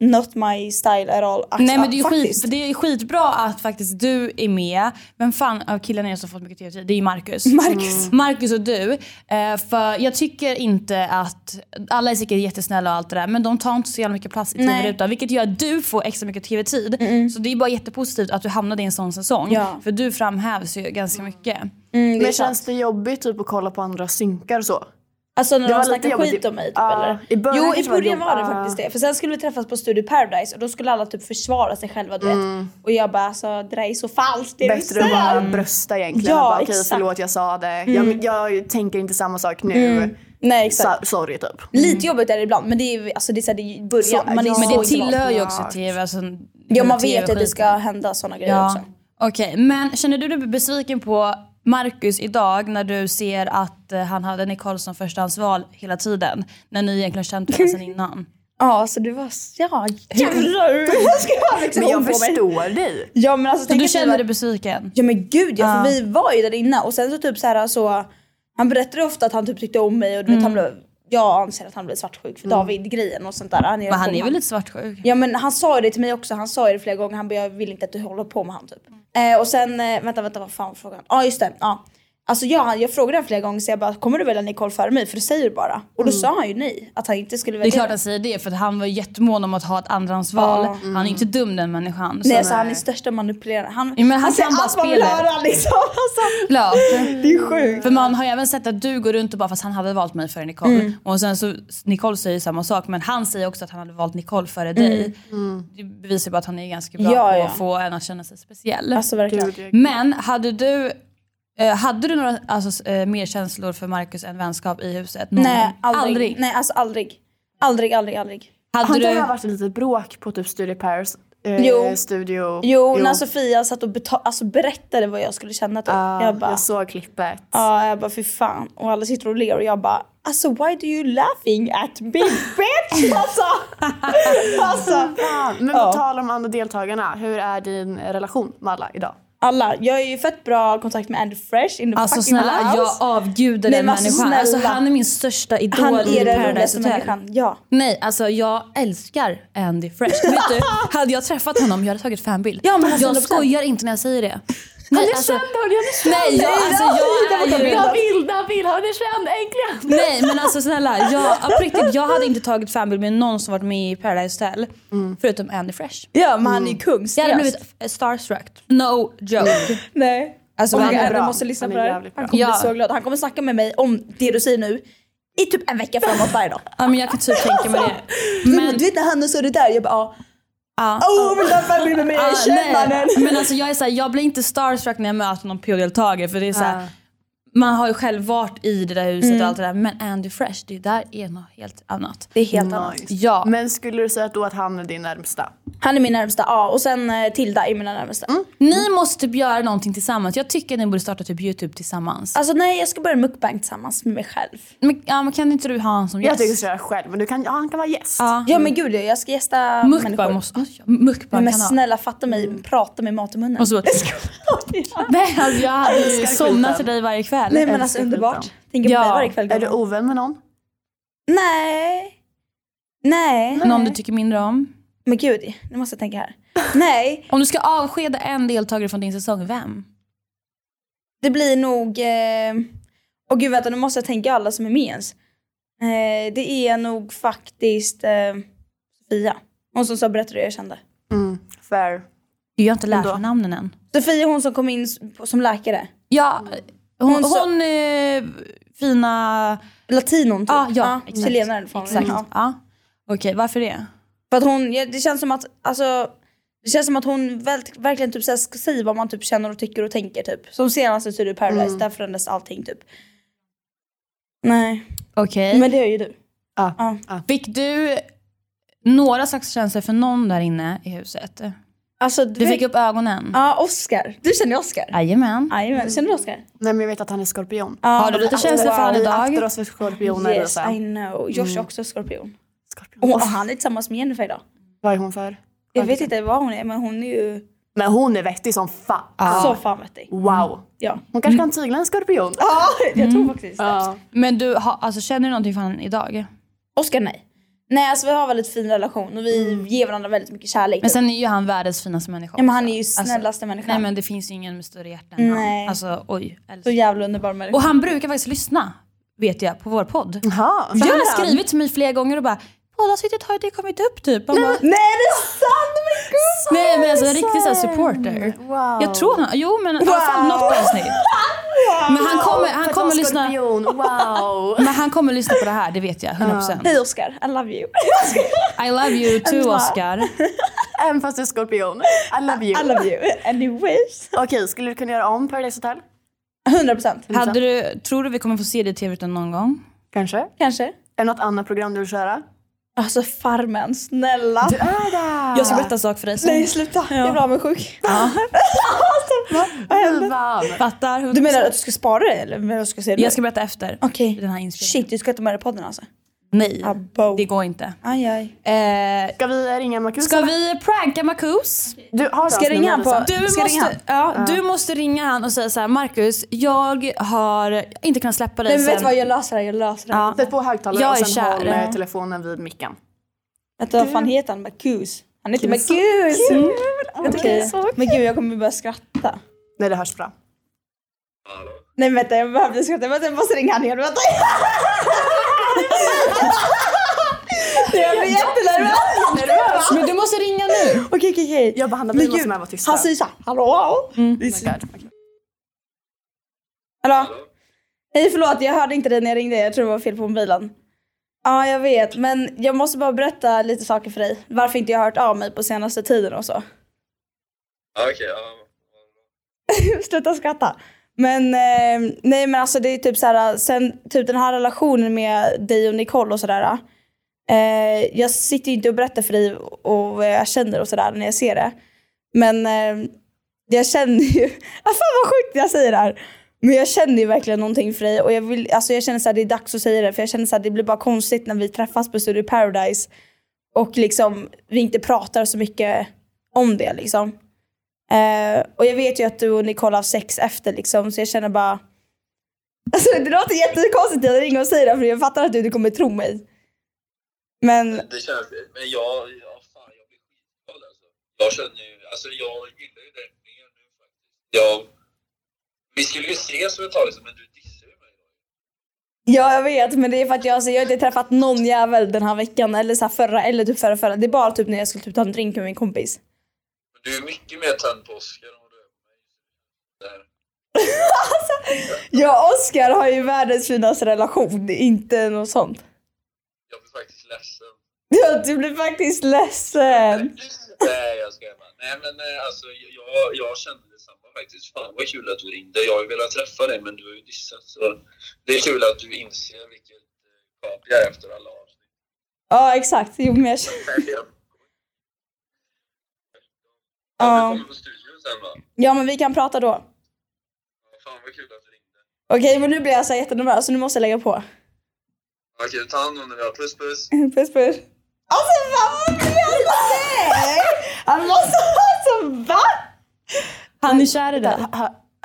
Speaker 1: not my style at all. Alltså,
Speaker 2: nej men det är, ju skit,
Speaker 1: faktiskt.
Speaker 2: för det är ju skitbra att faktiskt du är med. Men fan av killarna jag som fått mycket tv-tid, det är ju Marcus.
Speaker 1: Marcus.
Speaker 2: Mm. Marcus och du. Eh, för jag tycker inte att, alla är säkert jättesnälla och allt det där men de tar inte så jävla mycket plats i
Speaker 1: Nej.
Speaker 2: tv-rutan vilket gör att du får extra mycket tv-tid. Så det är bara jättepositivt att du hamnade i en sån säsong.
Speaker 1: Ja.
Speaker 2: För du framhävs ju ganska mycket.
Speaker 1: Mm, det är
Speaker 3: Men
Speaker 1: sant.
Speaker 3: känns det jobbigt typ att kolla på andra synkar och så?
Speaker 1: Alltså när de
Speaker 3: Det var lite
Speaker 1: snackade
Speaker 3: jobbigt
Speaker 1: skit
Speaker 3: i-
Speaker 1: om mig typ
Speaker 3: Ja,
Speaker 1: eller?
Speaker 3: i början
Speaker 1: jo i
Speaker 3: kanske var det
Speaker 1: början var det
Speaker 3: jobb-
Speaker 1: faktiskt det. För sen skulle vi träffas på Studio Paradise och då skulle alla typ försvara sig själva du vet. Och jag bara alltså det där är så falskt det du
Speaker 3: Mm. Bättre att
Speaker 1: säger.
Speaker 3: bara brösta egentligen.
Speaker 1: Ja,
Speaker 3: och bara, Okej
Speaker 1: exakt. Mm.
Speaker 3: förlåt jag sa det. Jag, jag tänker inte samma sak nu.
Speaker 1: Nej
Speaker 3: So,
Speaker 1: exakt.
Speaker 3: sorry typ.
Speaker 1: Lite jobbigt är det ibland men det är ju- alltså det är så här, det är ju början.
Speaker 3: Så-
Speaker 1: man är
Speaker 3: ja.
Speaker 1: så
Speaker 2: Men det
Speaker 1: glad.
Speaker 2: tillhör ju också
Speaker 3: klart.
Speaker 2: tv. Alltså,
Speaker 1: Ja man vet ju att det
Speaker 2: TV-skiten.
Speaker 1: ska hända sådana grejer
Speaker 2: Ja.
Speaker 1: också.
Speaker 2: Okej, men känner du dig besviken på Marcus idag när du ser att eh, han hade Nicole som förstahandsval hela tiden? När ni egentligen känt varandra sedan innan.
Speaker 1: Ja alltså det var så ja jävlar. Jag ska ha liksom
Speaker 3: Men jag
Speaker 1: hon på mig.
Speaker 3: förstår dig.
Speaker 1: Ja men alltså
Speaker 2: Så
Speaker 1: tänk
Speaker 2: du
Speaker 1: att vi
Speaker 2: känner
Speaker 1: var-
Speaker 2: dig besviken?
Speaker 1: Ja men gud ja, för
Speaker 2: Ja.
Speaker 1: vi var ju där inne och sen så typ så här så han berättade ofta att han typ tyckte om mig och du vet, han
Speaker 2: Mm.
Speaker 1: blev, jag anser att han blev svartsjuk för David-grejen och sånt där. Han,
Speaker 2: Men han är väl lite svartsjuk?
Speaker 1: Ja men han sa ju det till mig också, han sa ju det flera gånger, han bara jag vill inte att du håller på med han typ. Eh, och sen, eh, vänta vänta vad fan var frågan? Ja ah, just det, ja. Alltså jag, jag frågade honom flera gånger så jag bara “kommer du välja Nicole före mig?” för det säger du bara. Och då sa han ju nej, att han inte skulle
Speaker 2: Mm. Det är
Speaker 1: välja.
Speaker 2: klart han säger det för att han var jättemån om att ha ett andrahandsval.
Speaker 1: Ja. Mm.
Speaker 2: Han är inte dum den människan.
Speaker 1: nej, så han är största manipuleraren. Han,
Speaker 2: Ja, men han
Speaker 1: säger
Speaker 2: kan bara
Speaker 1: allt man vill
Speaker 2: spelet.
Speaker 1: höra liksom. Alltså,
Speaker 2: Klart.
Speaker 1: det är sjukt.
Speaker 2: För man har ju även sett att du går runt och bara fast han hade valt mig före Nicole.
Speaker 1: Mm.
Speaker 2: Och sen så Nicole säger samma sak men han säger också att han hade valt Nicole före dig. Det bevisar bara att han är ganska bra
Speaker 1: Mm. Ja,
Speaker 2: på
Speaker 1: ja.
Speaker 2: att få en att känna sig speciell.
Speaker 1: Alltså verkligen.
Speaker 3: Gud, jag-
Speaker 2: Men hade du, eh, hade du några alltså, eh, mer känslor för Marcus än vänskap i huset? Någon?
Speaker 1: Nej, aldrig. Nej, alltså aldrig. Aldrig, aldrig, aldrig.
Speaker 2: Hade
Speaker 3: Har inte
Speaker 2: du...
Speaker 3: det här varit ett litet bråk på typ Studio Paris? Eh,
Speaker 1: Jo.
Speaker 3: Studio...
Speaker 1: Jo, alltså, när Sofia satt och beta- alltså, berättade vad jag skulle känna typ.
Speaker 3: Ah,
Speaker 1: jag bara,
Speaker 3: jag såg klippet.
Speaker 1: ja, jag bara fy fan. Och alla sitter och ler och jag bara, alltså why do you laughing at me bitch? Alltså, alltså.
Speaker 3: Men
Speaker 1: Ja.
Speaker 3: på tal om andra deltagarna, hur är din relation med alla idag?
Speaker 1: Alla, jag är ju fett bra kontakt med Andy Fresh in the
Speaker 2: Alltså
Speaker 1: fucking
Speaker 2: snälla jag
Speaker 1: house.
Speaker 2: avgudar
Speaker 1: Nej,
Speaker 2: den
Speaker 1: men alltså,
Speaker 2: människan. Alltså,
Speaker 1: snälla.
Speaker 2: han är min största idol
Speaker 1: Han
Speaker 2: i
Speaker 1: är den
Speaker 2: Paradise
Speaker 1: roligaste
Speaker 2: Hotel.
Speaker 1: människan. Ja.
Speaker 2: Nej, alltså jag älskar Andy Fresh. Vet du, hade jag träffat honom jag hade tagit fanbild.
Speaker 1: Ja, men alltså,
Speaker 2: jag
Speaker 1: 100%.
Speaker 2: skojar inte när jag säger det. Nej, alltså,
Speaker 3: han är
Speaker 2: nej, jag, alltså, jag är ju...
Speaker 3: vill, han vill, han är känd, äntligen!
Speaker 2: Nej men alltså snälla, jag, på riktigt, jag hade inte tagit fanbild med någon som varit med i Paradise Hotel. Förutom Andy Fresh.
Speaker 1: ja, men han är ju kung.
Speaker 2: Jag hade
Speaker 1: Mm. seriöst.
Speaker 2: blivit f- starstruck. No joke.
Speaker 1: Nej. Alltså,
Speaker 2: Oh my
Speaker 1: han är
Speaker 2: God,
Speaker 1: bra.
Speaker 2: vi
Speaker 1: måste lyssna
Speaker 3: Han
Speaker 1: på
Speaker 3: är
Speaker 1: det här.
Speaker 3: jävligt bra.
Speaker 1: Han kommer
Speaker 2: Ja.
Speaker 1: bli så glad. Han kommer snacka med mig om det du säger nu i typ en vecka framåt varje dag.
Speaker 2: Ja, men jag kan typ tänka mig det.
Speaker 1: Men, du vet när Hanna sa det där, jag bara ah,
Speaker 2: Ja.
Speaker 1: åh vill du ha familj med mig?
Speaker 2: Ah,
Speaker 1: Jag känner mannen.
Speaker 2: nej. Men alltså jag är såhär, jag blir inte starstruck när jag möter någon PO-deltagare för det är såhär,
Speaker 1: Ah.
Speaker 2: man har ju själv varit i det där huset
Speaker 1: Mm.
Speaker 2: och allt det där men Andy Fresh, det där är något helt annat.
Speaker 1: Det är helt annat.
Speaker 3: Nice.
Speaker 2: Ja.
Speaker 3: Men skulle du säga då att han är din närmsta?
Speaker 1: Han är min närmsta, ja. Och sen eh, Tilda är mina närmsta.
Speaker 2: Ni måste typ göra någonting tillsammans. Jag tycker att ni borde starta typ Youtube tillsammans.
Speaker 1: Alltså nej, jag ska börja mukbang tillsammans med mig själv.
Speaker 2: Men, ja, men kan inte du ha en som
Speaker 3: Jag
Speaker 2: gäst?
Speaker 3: tycker du ska göra själv, men du kan, ja, han kan vara gäst.
Speaker 2: Ja.
Speaker 1: Ja men gud jag ska gästa
Speaker 2: Mukbang måste... Oj, mukbang
Speaker 1: Men
Speaker 2: kan ha.
Speaker 1: snälla fatta mig, prata med mat i munnen.
Speaker 2: Och så-
Speaker 1: Jag ska-
Speaker 2: Nej, alltså jag hade ju
Speaker 3: Älskar
Speaker 2: somnat
Speaker 3: skiten.
Speaker 2: till dig varje kväll.
Speaker 1: nej men alltså
Speaker 3: älskar
Speaker 1: underbart.
Speaker 3: skiten.
Speaker 1: Tänker
Speaker 2: Ja.
Speaker 1: på mig varje kväll.
Speaker 3: Är du ovän med någon?
Speaker 1: Nej. Nej.
Speaker 2: Någon du tycker mindre om.
Speaker 1: Men gud, nu måste jag tänka här. Nej,
Speaker 2: Om du ska avskeda en deltagare från din säsong, vem?
Speaker 1: det blir nog... Eh... Och gud vänta, nu måste jag tänka alla som är med ens. Eh, det är nog faktiskt eh, Sofia. Hon som sa berätta det jag kände.
Speaker 3: Mm, fair.
Speaker 2: Du har inte lärt
Speaker 3: Ändå.
Speaker 2: mig namnen än.
Speaker 1: Sofia hon som kom in s- på- som läkare.
Speaker 2: Ja, hon, hon,
Speaker 1: Hon sa-
Speaker 2: eh, fina...
Speaker 1: Latinon typ.
Speaker 2: Ah, ja, exakt.
Speaker 1: chilenare eller vad hon är.
Speaker 2: Exakt.
Speaker 1: Ja.
Speaker 2: Ja. Okej, varför det?
Speaker 1: För att hon, ja, det känns som att, alltså, det känns som att hon väl, verkligen typ såhär, ska säga vad man typ känner och tycker och tänker typ. Som senast i Studio Paradise, där förändras allting typ. Nej,
Speaker 2: Okej.
Speaker 1: men det gör ju du.
Speaker 3: Ja.
Speaker 1: Ja.
Speaker 2: Fick du några slags känslor för någon där inne i huset?
Speaker 1: Alltså, du,
Speaker 2: Du
Speaker 1: vet-
Speaker 2: fick upp ögonen?
Speaker 1: Ja, Oscar. Du känner ju Oscar.
Speaker 2: Jajamän.
Speaker 1: Jajamän, känner du Oscar?
Speaker 3: Nej men jag vet att han är skorpion. Alltså,
Speaker 1: Ja.
Speaker 2: Har du lite känslor för
Speaker 3: Wow,
Speaker 2: han
Speaker 3: vi
Speaker 2: idag?
Speaker 3: aktar oss för skorpioner. och
Speaker 1: Yes,
Speaker 3: så här.
Speaker 1: I know. Josh är också skorpion.
Speaker 3: Skorpion.
Speaker 1: Och han är tillsammans med Jennifer idag.
Speaker 3: Vad är hon för?
Speaker 1: Jag vet inte vad hon är, men hon är ju
Speaker 3: Men hon är vettig som fan. Alltså,
Speaker 1: så fan vettig.
Speaker 3: Wow.
Speaker 1: Ja. Mm.
Speaker 3: Hon kanske
Speaker 2: Mm.
Speaker 3: kan tygla en skorpion.
Speaker 1: Ja, jag tror faktiskt det.
Speaker 2: Men du, har- alltså, känner du någonting för honom idag?
Speaker 1: Oscar, nej. Nej, alltså vi har en väldigt fin relation och vi ger varandra väldigt mycket kärlek.
Speaker 2: Men sen är ju han världens finaste människa
Speaker 1: Ja, men han
Speaker 2: också. Alltså,
Speaker 1: är ju snällaste människan.
Speaker 2: Nej men det finns ju ingen med större hjärta än
Speaker 1: Nej.
Speaker 2: han. Alltså oj.
Speaker 1: Så
Speaker 2: älskar.
Speaker 1: jävla underbar människa.
Speaker 2: Och han brukar faktiskt lyssna, vet jag, på vår podd.
Speaker 3: Jaha.
Speaker 2: För han har
Speaker 1: han?
Speaker 2: skrivit till mig flera gånger och bara “poddavsnittet har ju inte kommit upp” typ. Han bara,
Speaker 1: Nej det är sant! Men gud!
Speaker 2: Nej men alltså en riktig sån här supporter.
Speaker 3: Wow.
Speaker 2: Jag tror han, jo men i alla fall något avsnitt. Men han kommer, han kommer lyssna.
Speaker 3: Skorpion. Wow.
Speaker 2: Men han kommer lyssna på det här, det vet jag. 100%.
Speaker 1: Hej Oscar, I love you.
Speaker 2: I love you too Oscar.
Speaker 3: Även fast du är skorpion. I love you.
Speaker 1: I love you. Anyways.
Speaker 3: Okej, skulle du kunna göra om Paradise Hotel?
Speaker 1: 100%
Speaker 2: Hade du, tror du vi kommer få se det i tv någon gång?
Speaker 3: Kanske. Är
Speaker 1: kanske.
Speaker 3: det något annat program du vill köra?
Speaker 1: Alltså Farmen, snälla.
Speaker 3: Är det?
Speaker 2: Jag ska berätta en sak för dig sen.
Speaker 1: Nej sluta, jag blir avundsjuk.
Speaker 3: Fan.
Speaker 2: Fattar?
Speaker 1: Du menar att du ska spara det eller? menar du att du ska se det?
Speaker 2: Jag ska berätta efter.
Speaker 1: Okej.
Speaker 2: Den här inspelningen.
Speaker 1: Shit, du ska inte med i podden alltså?
Speaker 2: Nej,
Speaker 1: Abo.
Speaker 2: det går inte.
Speaker 1: Aj, aj.
Speaker 2: Eh,
Speaker 3: Ska vi ringa Marcus?
Speaker 2: ska vi pranka Marcus?
Speaker 3: Du, har
Speaker 1: Ska jag ringa han på...
Speaker 2: Du
Speaker 1: ska jag ringa
Speaker 2: måste, ja, du måste ringa han och säga så här: Marcus, jag har inte kunnat släppa dig
Speaker 1: Nej, men vet du
Speaker 2: sen.
Speaker 1: vad, jag löser det här, jag löser det här.
Speaker 2: Ja.
Speaker 3: Sätt på högtalare
Speaker 2: Jag
Speaker 3: och
Speaker 2: är
Speaker 3: sen
Speaker 2: kär.
Speaker 3: håll eh, telefonen vid micken.
Speaker 1: Vet du vad fan heter han? Marcus. Han heter
Speaker 3: Kus.
Speaker 1: Marcus! Mm.
Speaker 3: Okej.
Speaker 1: Okej. Men gud jag kommer börja skratta.
Speaker 3: Nej, det hörs bra.
Speaker 1: Nej men vänta jag behövde skratta, vänta jag måste ringa han igen, vänta. jag blir jättenervös.
Speaker 5: Men du måste ringa nu.
Speaker 1: Okej okej okej.
Speaker 3: Jag bara, Hanna,
Speaker 1: Men
Speaker 3: vi måste
Speaker 1: gud,
Speaker 3: med vara tysta.
Speaker 1: Han säger såhär, hallå? Det är så- Hallå? Hej förlåt jag hörde inte dig när jag ringde, jag tror det var fel på mobilen. Ja jag vet men jag måste bara berätta lite saker för dig. Varför inte jag har hört av mig på senaste tiden och så.
Speaker 6: Ja, Okej, ja.
Speaker 1: Sluta skratta. Men eh, nej men alltså det är typ så här sen typ den här relationen med dig och Nicole och sådär. Eh, jag sitter ju inte och berättar för dig och vad jag känner och sådär när jag ser det. Men eh, jag känner ju, ah, fan vad sjukt jag säger det här. Men jag känner ju verkligen någonting för dig och jag, vill, alltså jag känner så här, det är dags att säga det för jag känner så här, det blir bara konstigt när vi träffas på Studio Paradise och liksom vi inte pratar så mycket om det liksom. Eh, och jag vet ju att du och Nicole har sex efter liksom så jag känner bara... Alltså det låter jättekonstigt att jag ringer och säger det för jag fattar att du inte kommer tro mig. Men
Speaker 6: Det känns... Men jag... Ja, fan, jag blir skitglad alltså. Jag känner ju... Alltså jag gillar ju dig mer nu faktiskt. Jag... Vi skulle ju ses om ett tag liksom, men du dissar ju mig.
Speaker 1: ja jag vet men det är för att jag, alltså, jag har inte träffat någon jävel den här veckan eller så här förra eller typ förra förra. Det är bara typ när jag skulle typ ta en drink med min kompis.
Speaker 6: Men du är mycket mer tänd på Oscar än vad du är på mig. Det här.
Speaker 1: Jag och Oscar har ju världens finaste relation, det är inte något sånt.
Speaker 6: Jag blir faktiskt ledsen.
Speaker 1: Ja, du blir faktiskt ledsen.
Speaker 6: Nej, jag skojar bara. Nej, men eh, alltså jag, jag kände detsamma faktiskt. Fan vad kul att du ringde. Jag har ju velat träffa dig, men du har ju dissat. Så det är kul att du inser vilket eh, kap jag är efter alla avsnitt.
Speaker 1: Ja exakt, jo men jag känner...
Speaker 6: Ja.
Speaker 1: Ja.
Speaker 6: Du kommer på studion sen va?
Speaker 1: ja men vi kan prata då.
Speaker 6: Fan vad kul att du ringde.
Speaker 1: Okej men nu blir jag så här jättenervös så nu måste jag lägga på.
Speaker 6: Okej, ta hand om dig då. Puss puss.
Speaker 1: Puss puss. Alltså vad vill jag säga? Han måste alltså va?
Speaker 2: Han är kär i dig.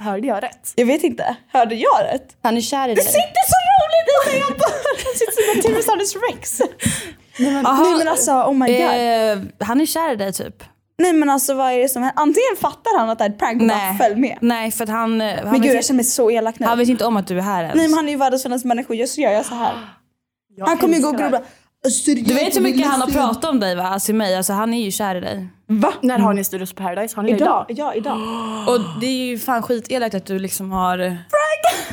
Speaker 3: Hörde jag rätt?
Speaker 1: Jag vet inte, hörde jag rätt?
Speaker 2: Han är kär
Speaker 1: Det
Speaker 2: i dig.
Speaker 1: sitter så roligt i mig! Jag bara- sitter som en Tyrannosaurus rex. Nej men alltså oh my god.
Speaker 2: Eh, han är kär i dig typ.
Speaker 1: Nej men alltså vad är det som händer? Antingen fattar han att det är ett prank och bara
Speaker 2: Nej.
Speaker 1: följ med.
Speaker 2: Nej för att han... eh, han
Speaker 1: Men gud jag
Speaker 2: vet,
Speaker 1: känner mig så elak nu.
Speaker 2: han vet inte om att du är här ens.
Speaker 1: Nej men han är ju världens finaste människa just så gör jag så här. Han kommer ju gå och grubbla.
Speaker 2: Du vet hur mycket han har pratat om dig va? Alltså mig. Alltså han är ju kär i dig.
Speaker 1: Va?
Speaker 3: När har ni Studios Paradise? Har ni det
Speaker 1: Idag?
Speaker 3: idag?
Speaker 1: Ja idag.
Speaker 2: Och det är ju fan skitelakt att du liksom har...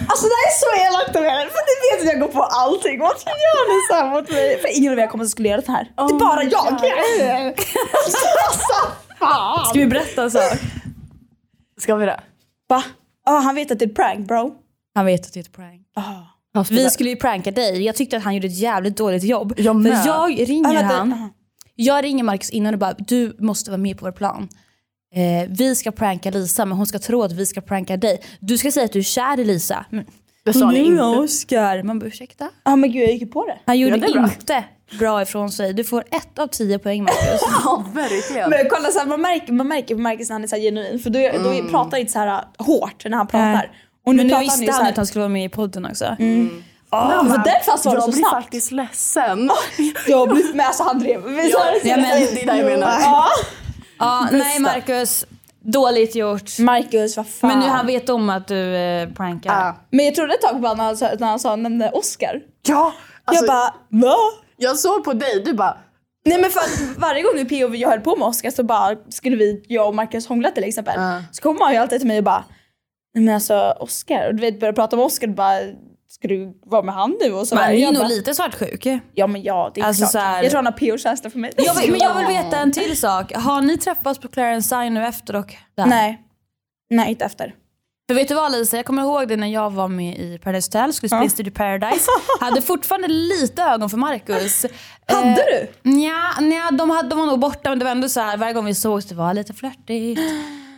Speaker 1: Alltså det här är så elakt av er, för ni vet att jag går på allting. Varför gör ni så här mot mig? För ingen av er kommer att skulle göra det här. det är bara jag. alltså, alltså fan.
Speaker 2: Ska vi berätta en sak?
Speaker 3: Ska vi det?
Speaker 1: Va? Ja, han vet att det är ett prank bro.
Speaker 2: Han vet att det är ett prank.
Speaker 1: Ah.
Speaker 2: Vi skulle ju pranka dig. Jag tyckte att han gjorde ett jävligt dåligt jobb. Jag
Speaker 3: med.
Speaker 2: För jag ringer
Speaker 1: Ja, Ah, vänta. Aha.
Speaker 2: han. Jag ringer Marcus innan och bara, du måste vara med på vår plan. Eh, vi ska pranka Lisa men hon ska tro att vi ska pranka dig. Du ska säga att du är kär i Lisa. Men,
Speaker 3: Det sa ni
Speaker 2: nu
Speaker 3: inte.
Speaker 2: Oscar. Man bara ursäkta?
Speaker 1: Ja men gud jag gick ju på det.
Speaker 2: Mm, Han gjorde
Speaker 3: det är bra.
Speaker 2: inte bra ifrån sig. Du får ett av tio poäng Marcus.
Speaker 3: Ja, verkligen.
Speaker 1: Men kolla så här, man märker, man märker på Marcus när han är så här genuin för då, då pratar han inte så här äh, hårt när han pratar.
Speaker 2: Nej.
Speaker 1: Och nu,
Speaker 2: men nu
Speaker 1: pratar han ju
Speaker 2: visste
Speaker 1: så
Speaker 2: han att
Speaker 1: här.
Speaker 2: han skulle vara med i podden också.
Speaker 1: Ah, det var därför han svarade
Speaker 3: jag
Speaker 1: så
Speaker 3: blir
Speaker 1: snabbt.
Speaker 3: faktiskt ledsen.
Speaker 1: Jag blir med, alltså han drev. Men så här är det.
Speaker 2: Ja, men-
Speaker 3: det är det jag menar.
Speaker 1: Ja.
Speaker 2: Ja, nej Marcus, dåligt gjort.
Speaker 1: Marcus vad fan.
Speaker 2: Men nu han vet om att du eh, prankar.
Speaker 1: Men jag trodde ett tag bara när han, sa- när han sa, nämnde Oscar.
Speaker 3: Ja, alltså,
Speaker 1: jag bara va?
Speaker 3: jag såg på dig, du bara
Speaker 1: Nej men för att varje gång nu P och jag höll på med Oscar så bara skulle vi, jag och Marcus hångla till exempel.
Speaker 3: Ja.
Speaker 1: Så kommer han ju alltid till mig och bara Nej men alltså Oscar, och du vet börjar prata om Oscar och bara Ska du vara med han nu? Och så
Speaker 2: Man
Speaker 1: där.
Speaker 2: är ju
Speaker 1: Jag
Speaker 2: nog
Speaker 1: bara,
Speaker 2: lite svartsjuk.
Speaker 1: Ja men ja det är
Speaker 2: Alltså,
Speaker 1: klart.
Speaker 2: så här-
Speaker 1: Jag tror han har PO-känsla för mig.
Speaker 2: Jag vill, men jag vill veta en till sak. Har ni träffats på Clarence Sign nu efter och där?
Speaker 1: Nej. Nej inte efter.
Speaker 2: För vet du vad Lisa, jag kommer ihåg det när jag var med i Paradise Hotel, skulle spela i Studio Paradise. Hade fortfarande lite ögon för Marcus. Eh,
Speaker 1: Hade du?
Speaker 2: Nja, nja de, hade, de var nog borta men det var ändå så här, varje gång vi sågs det var lite flörtigt.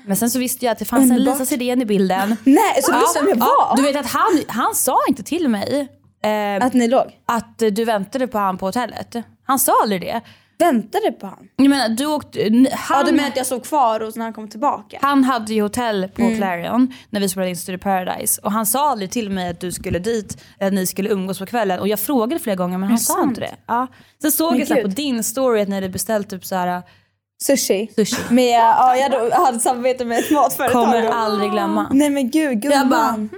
Speaker 2: Men sen så visste jag att det fanns en Lisa Sidén i bilden.
Speaker 1: Nej så du visste vem jag var?
Speaker 2: Du vet att han, han sa inte till mig eh,
Speaker 1: Att ni låg?
Speaker 2: att eh, du väntade på han på hotellet. Han sa aldrig det.
Speaker 1: Väntade på han?
Speaker 2: Jag menar, du åkte, n-
Speaker 1: Ja
Speaker 2: han,
Speaker 1: du menar att jag såg kvar och när han kom tillbaka?
Speaker 2: han hade ju hotell på
Speaker 1: Mm.
Speaker 2: Clarion när vi spelade in Studio Paradise och han sa aldrig till mig att du skulle dit, att ni skulle umgås på kvällen och jag frågade flera gånger men han sa inte det. Ja. Sen såg jag så här på
Speaker 1: gud.
Speaker 2: din story att ni hade beställt typ så här
Speaker 1: Sushi.
Speaker 2: sushi.
Speaker 1: Med, ja jag hade- hade samarbete med ett matföretag.
Speaker 2: Kommer aldrig glömma.
Speaker 1: Nej men gud gumman.
Speaker 2: Jag bara, mm.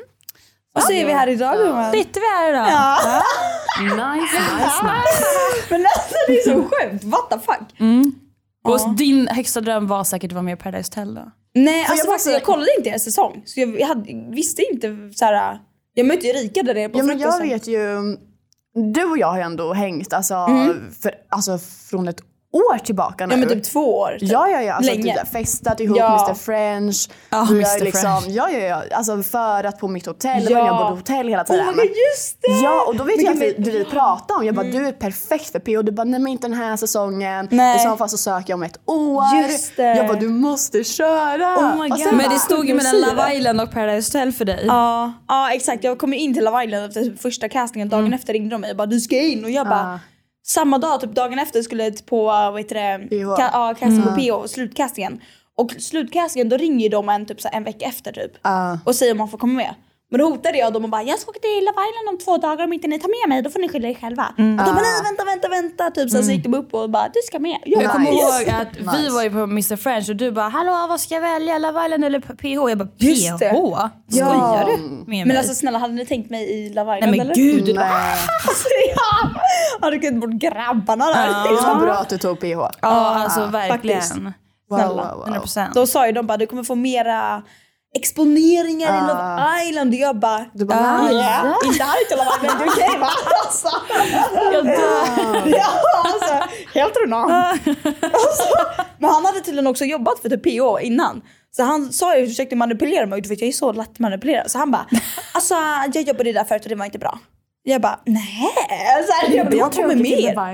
Speaker 1: Och så är vi här idag gumman.
Speaker 7: Sitter vi här idag?
Speaker 1: Ja.
Speaker 8: Nice, nice, nice.
Speaker 1: Men alltså det är så sjukt, what the fuck.
Speaker 2: Och din högsta dröm var säkert att vara med i Paradise Hotel då?
Speaker 1: Nej, alltså jag,
Speaker 3: jag bara
Speaker 1: faktiskt,
Speaker 3: säga-
Speaker 1: jag kollade inte er säsong. Så jag hade, visste inte så här. Jag mötte ju Erika där nere på
Speaker 3: Ja, men jag
Speaker 1: frukosten.
Speaker 3: vet ju... Du och jag har ju ändå hängt alltså, för, alltså, från ett år tillbaka nu.
Speaker 1: Mm. Ja men typ två år. Typ.
Speaker 3: Ja, ja, ja. Alltså,
Speaker 1: Länge.
Speaker 3: Länge. Typ, festat ihop,
Speaker 1: Ja.
Speaker 3: Mr French.
Speaker 2: Ja,
Speaker 3: Vi har
Speaker 2: Mr.
Speaker 3: ju Liksom,
Speaker 2: French.
Speaker 3: ja, ja, ja. Alltså förat på mitt hotell.
Speaker 1: Ja. Oh
Speaker 3: Ja. Jag bodde på hotell hela tiden.
Speaker 1: Åh men just det!
Speaker 3: Ja, och då vet
Speaker 1: Men
Speaker 3: jag att
Speaker 1: gud,
Speaker 3: vi,
Speaker 1: men- Mm.
Speaker 3: det vi pratade om, jag bara du är perfekt för PO. Du bara nej men inte den här säsongen.
Speaker 1: Nej.
Speaker 3: I så fall så söker jag om ett år.
Speaker 1: Just det.
Speaker 3: Jag bara du måste köra.
Speaker 1: Oh my
Speaker 3: Och
Speaker 1: God.
Speaker 3: sen bara,
Speaker 7: Men det stod ju mellan
Speaker 1: Lucia.
Speaker 7: Love Island och Paradise Hotel för dig.
Speaker 1: Ja, ja exakt. Jag kom ju in till Love Island efter typ första castingen. Dagen efter ringde de mig och bara du ska in och jag bara
Speaker 3: Ja.
Speaker 1: samma dag, typ dagen efter skulle jag på vad heter det,
Speaker 3: PH.
Speaker 1: Ka- ja, casting på PH, slutcastingen. Och slutcastingen då ringer ju de en typ så här en vecka efter typ
Speaker 3: Ja.
Speaker 1: och säger om man får komma med. Men då hotade jag dem och bara jag ska åka till Love Island om två dagar om inte ni tar med mig då får ni skylla er själva. Och de bara nej vänta vänta vänta typ så, här, så gick de upp och bara du ska med. Jag,
Speaker 3: Nice.
Speaker 1: bara,
Speaker 2: Jag kommer
Speaker 1: "Yes."
Speaker 2: ihåg att vi
Speaker 3: Nice.
Speaker 2: var ju på Mr French och du bara “Hallå vad ska jag välja, Love Island eller PH?” Jag bara
Speaker 1: Just
Speaker 2: “PH?
Speaker 1: det.
Speaker 2: Skojar du med mig?”
Speaker 1: Men alltså snälla hade ni tänkt mig i Love Island
Speaker 2: Nej men
Speaker 1: eller?
Speaker 2: gud! du-
Speaker 3: Nej.
Speaker 1: Alltså, ja! Har du glömt bort grabbarna där?
Speaker 3: Så bra att du tog PH.
Speaker 2: Ja alltså
Speaker 1: faktiskt.
Speaker 2: verkligen.
Speaker 3: Wow,
Speaker 1: Snälla,
Speaker 3: wow, wow.
Speaker 2: 100%.
Speaker 1: Då sa ju de bara du kommer få mera exponeringar i
Speaker 3: Ah.
Speaker 1: Love Island och jag bara,
Speaker 3: Du bara,
Speaker 1: "Ah,
Speaker 3: nice."
Speaker 1: ja. inte här ute i Love Island, det är okej va? Alltså. Jag dör. Ja, alltså, helt runam. Alltså, men han hade tydligen också jobbat för typ PO innan. Så han sa ju, försökte manipulera mig och du vet jag är så lätt manipulerad. Så han bara, alltså jag jobbade där förut och det var inte bra. Jag bara, nej. Så här, jag bara, jag kommer med.
Speaker 2: Oh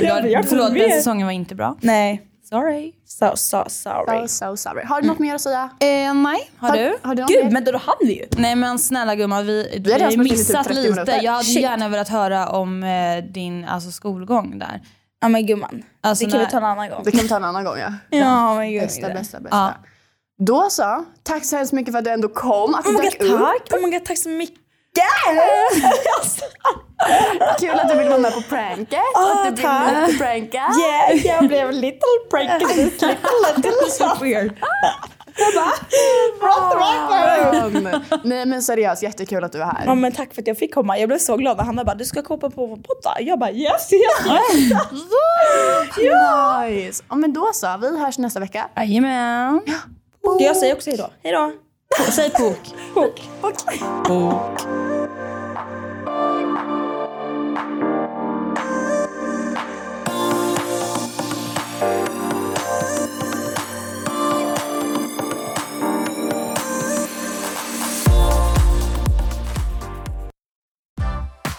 Speaker 2: my
Speaker 1: Jag- jag
Speaker 2: god. Förlåt
Speaker 1: kommer
Speaker 2: den
Speaker 1: med.
Speaker 2: säsongen var inte bra.
Speaker 1: Nej,
Speaker 2: Sorry.
Speaker 1: so, so sorry.
Speaker 3: So, so sorry. Har du något mer att säga?
Speaker 2: Eh, nej, har du?
Speaker 3: Har du något
Speaker 1: Gud
Speaker 3: mer?
Speaker 1: men då hann vi ju.
Speaker 2: Nej men snälla gumman, vi, vi
Speaker 3: har
Speaker 2: har
Speaker 3: redan
Speaker 2: ju
Speaker 3: spelat in i typ
Speaker 2: missat
Speaker 3: 30
Speaker 2: lite.
Speaker 3: minuter.
Speaker 2: Jag hade
Speaker 1: Shit.
Speaker 2: gärna velat höra om eh, din alltså, skolgång där.
Speaker 1: Ja men gumman,
Speaker 2: Alltså,
Speaker 1: det kan vi
Speaker 2: när-
Speaker 1: ta en annan gång.
Speaker 3: Det kan vi ta en annan gång ja.
Speaker 1: Ja men gud.
Speaker 3: Bästa, bästa, bästa.
Speaker 2: Ja.
Speaker 3: Då så. Tack så hemskt mycket för att du ändå kom. Att
Speaker 1: Oh
Speaker 3: du
Speaker 1: my
Speaker 3: dök
Speaker 1: god,
Speaker 3: upp.
Speaker 1: tack! Oh my god, tack så mycket!
Speaker 3: Kul att du vill vara med på pranket.
Speaker 1: Ah,
Speaker 3: att du
Speaker 1: tack.
Speaker 3: blev lite prankad.
Speaker 1: Yeah, jag blev little pranked, little little so weird. Jag bara...
Speaker 3: Um, nej men seriöst, jättekul att du är
Speaker 1: Ja
Speaker 3: här.
Speaker 1: men tack för att jag fick komma, jag blev så glad när Hanna bara du ska komma på vår podd va?" Jag bara yes, yes, yes.
Speaker 3: Nice. Ja men då så, vi hörs nästa vecka.
Speaker 2: Jajamän.
Speaker 1: Ska jag säga också hejdå? Hejdå! Säg pok. Pok.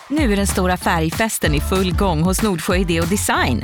Speaker 4: Nu är den stora färgfesten i full gång hos Nordsjö Idé och Design.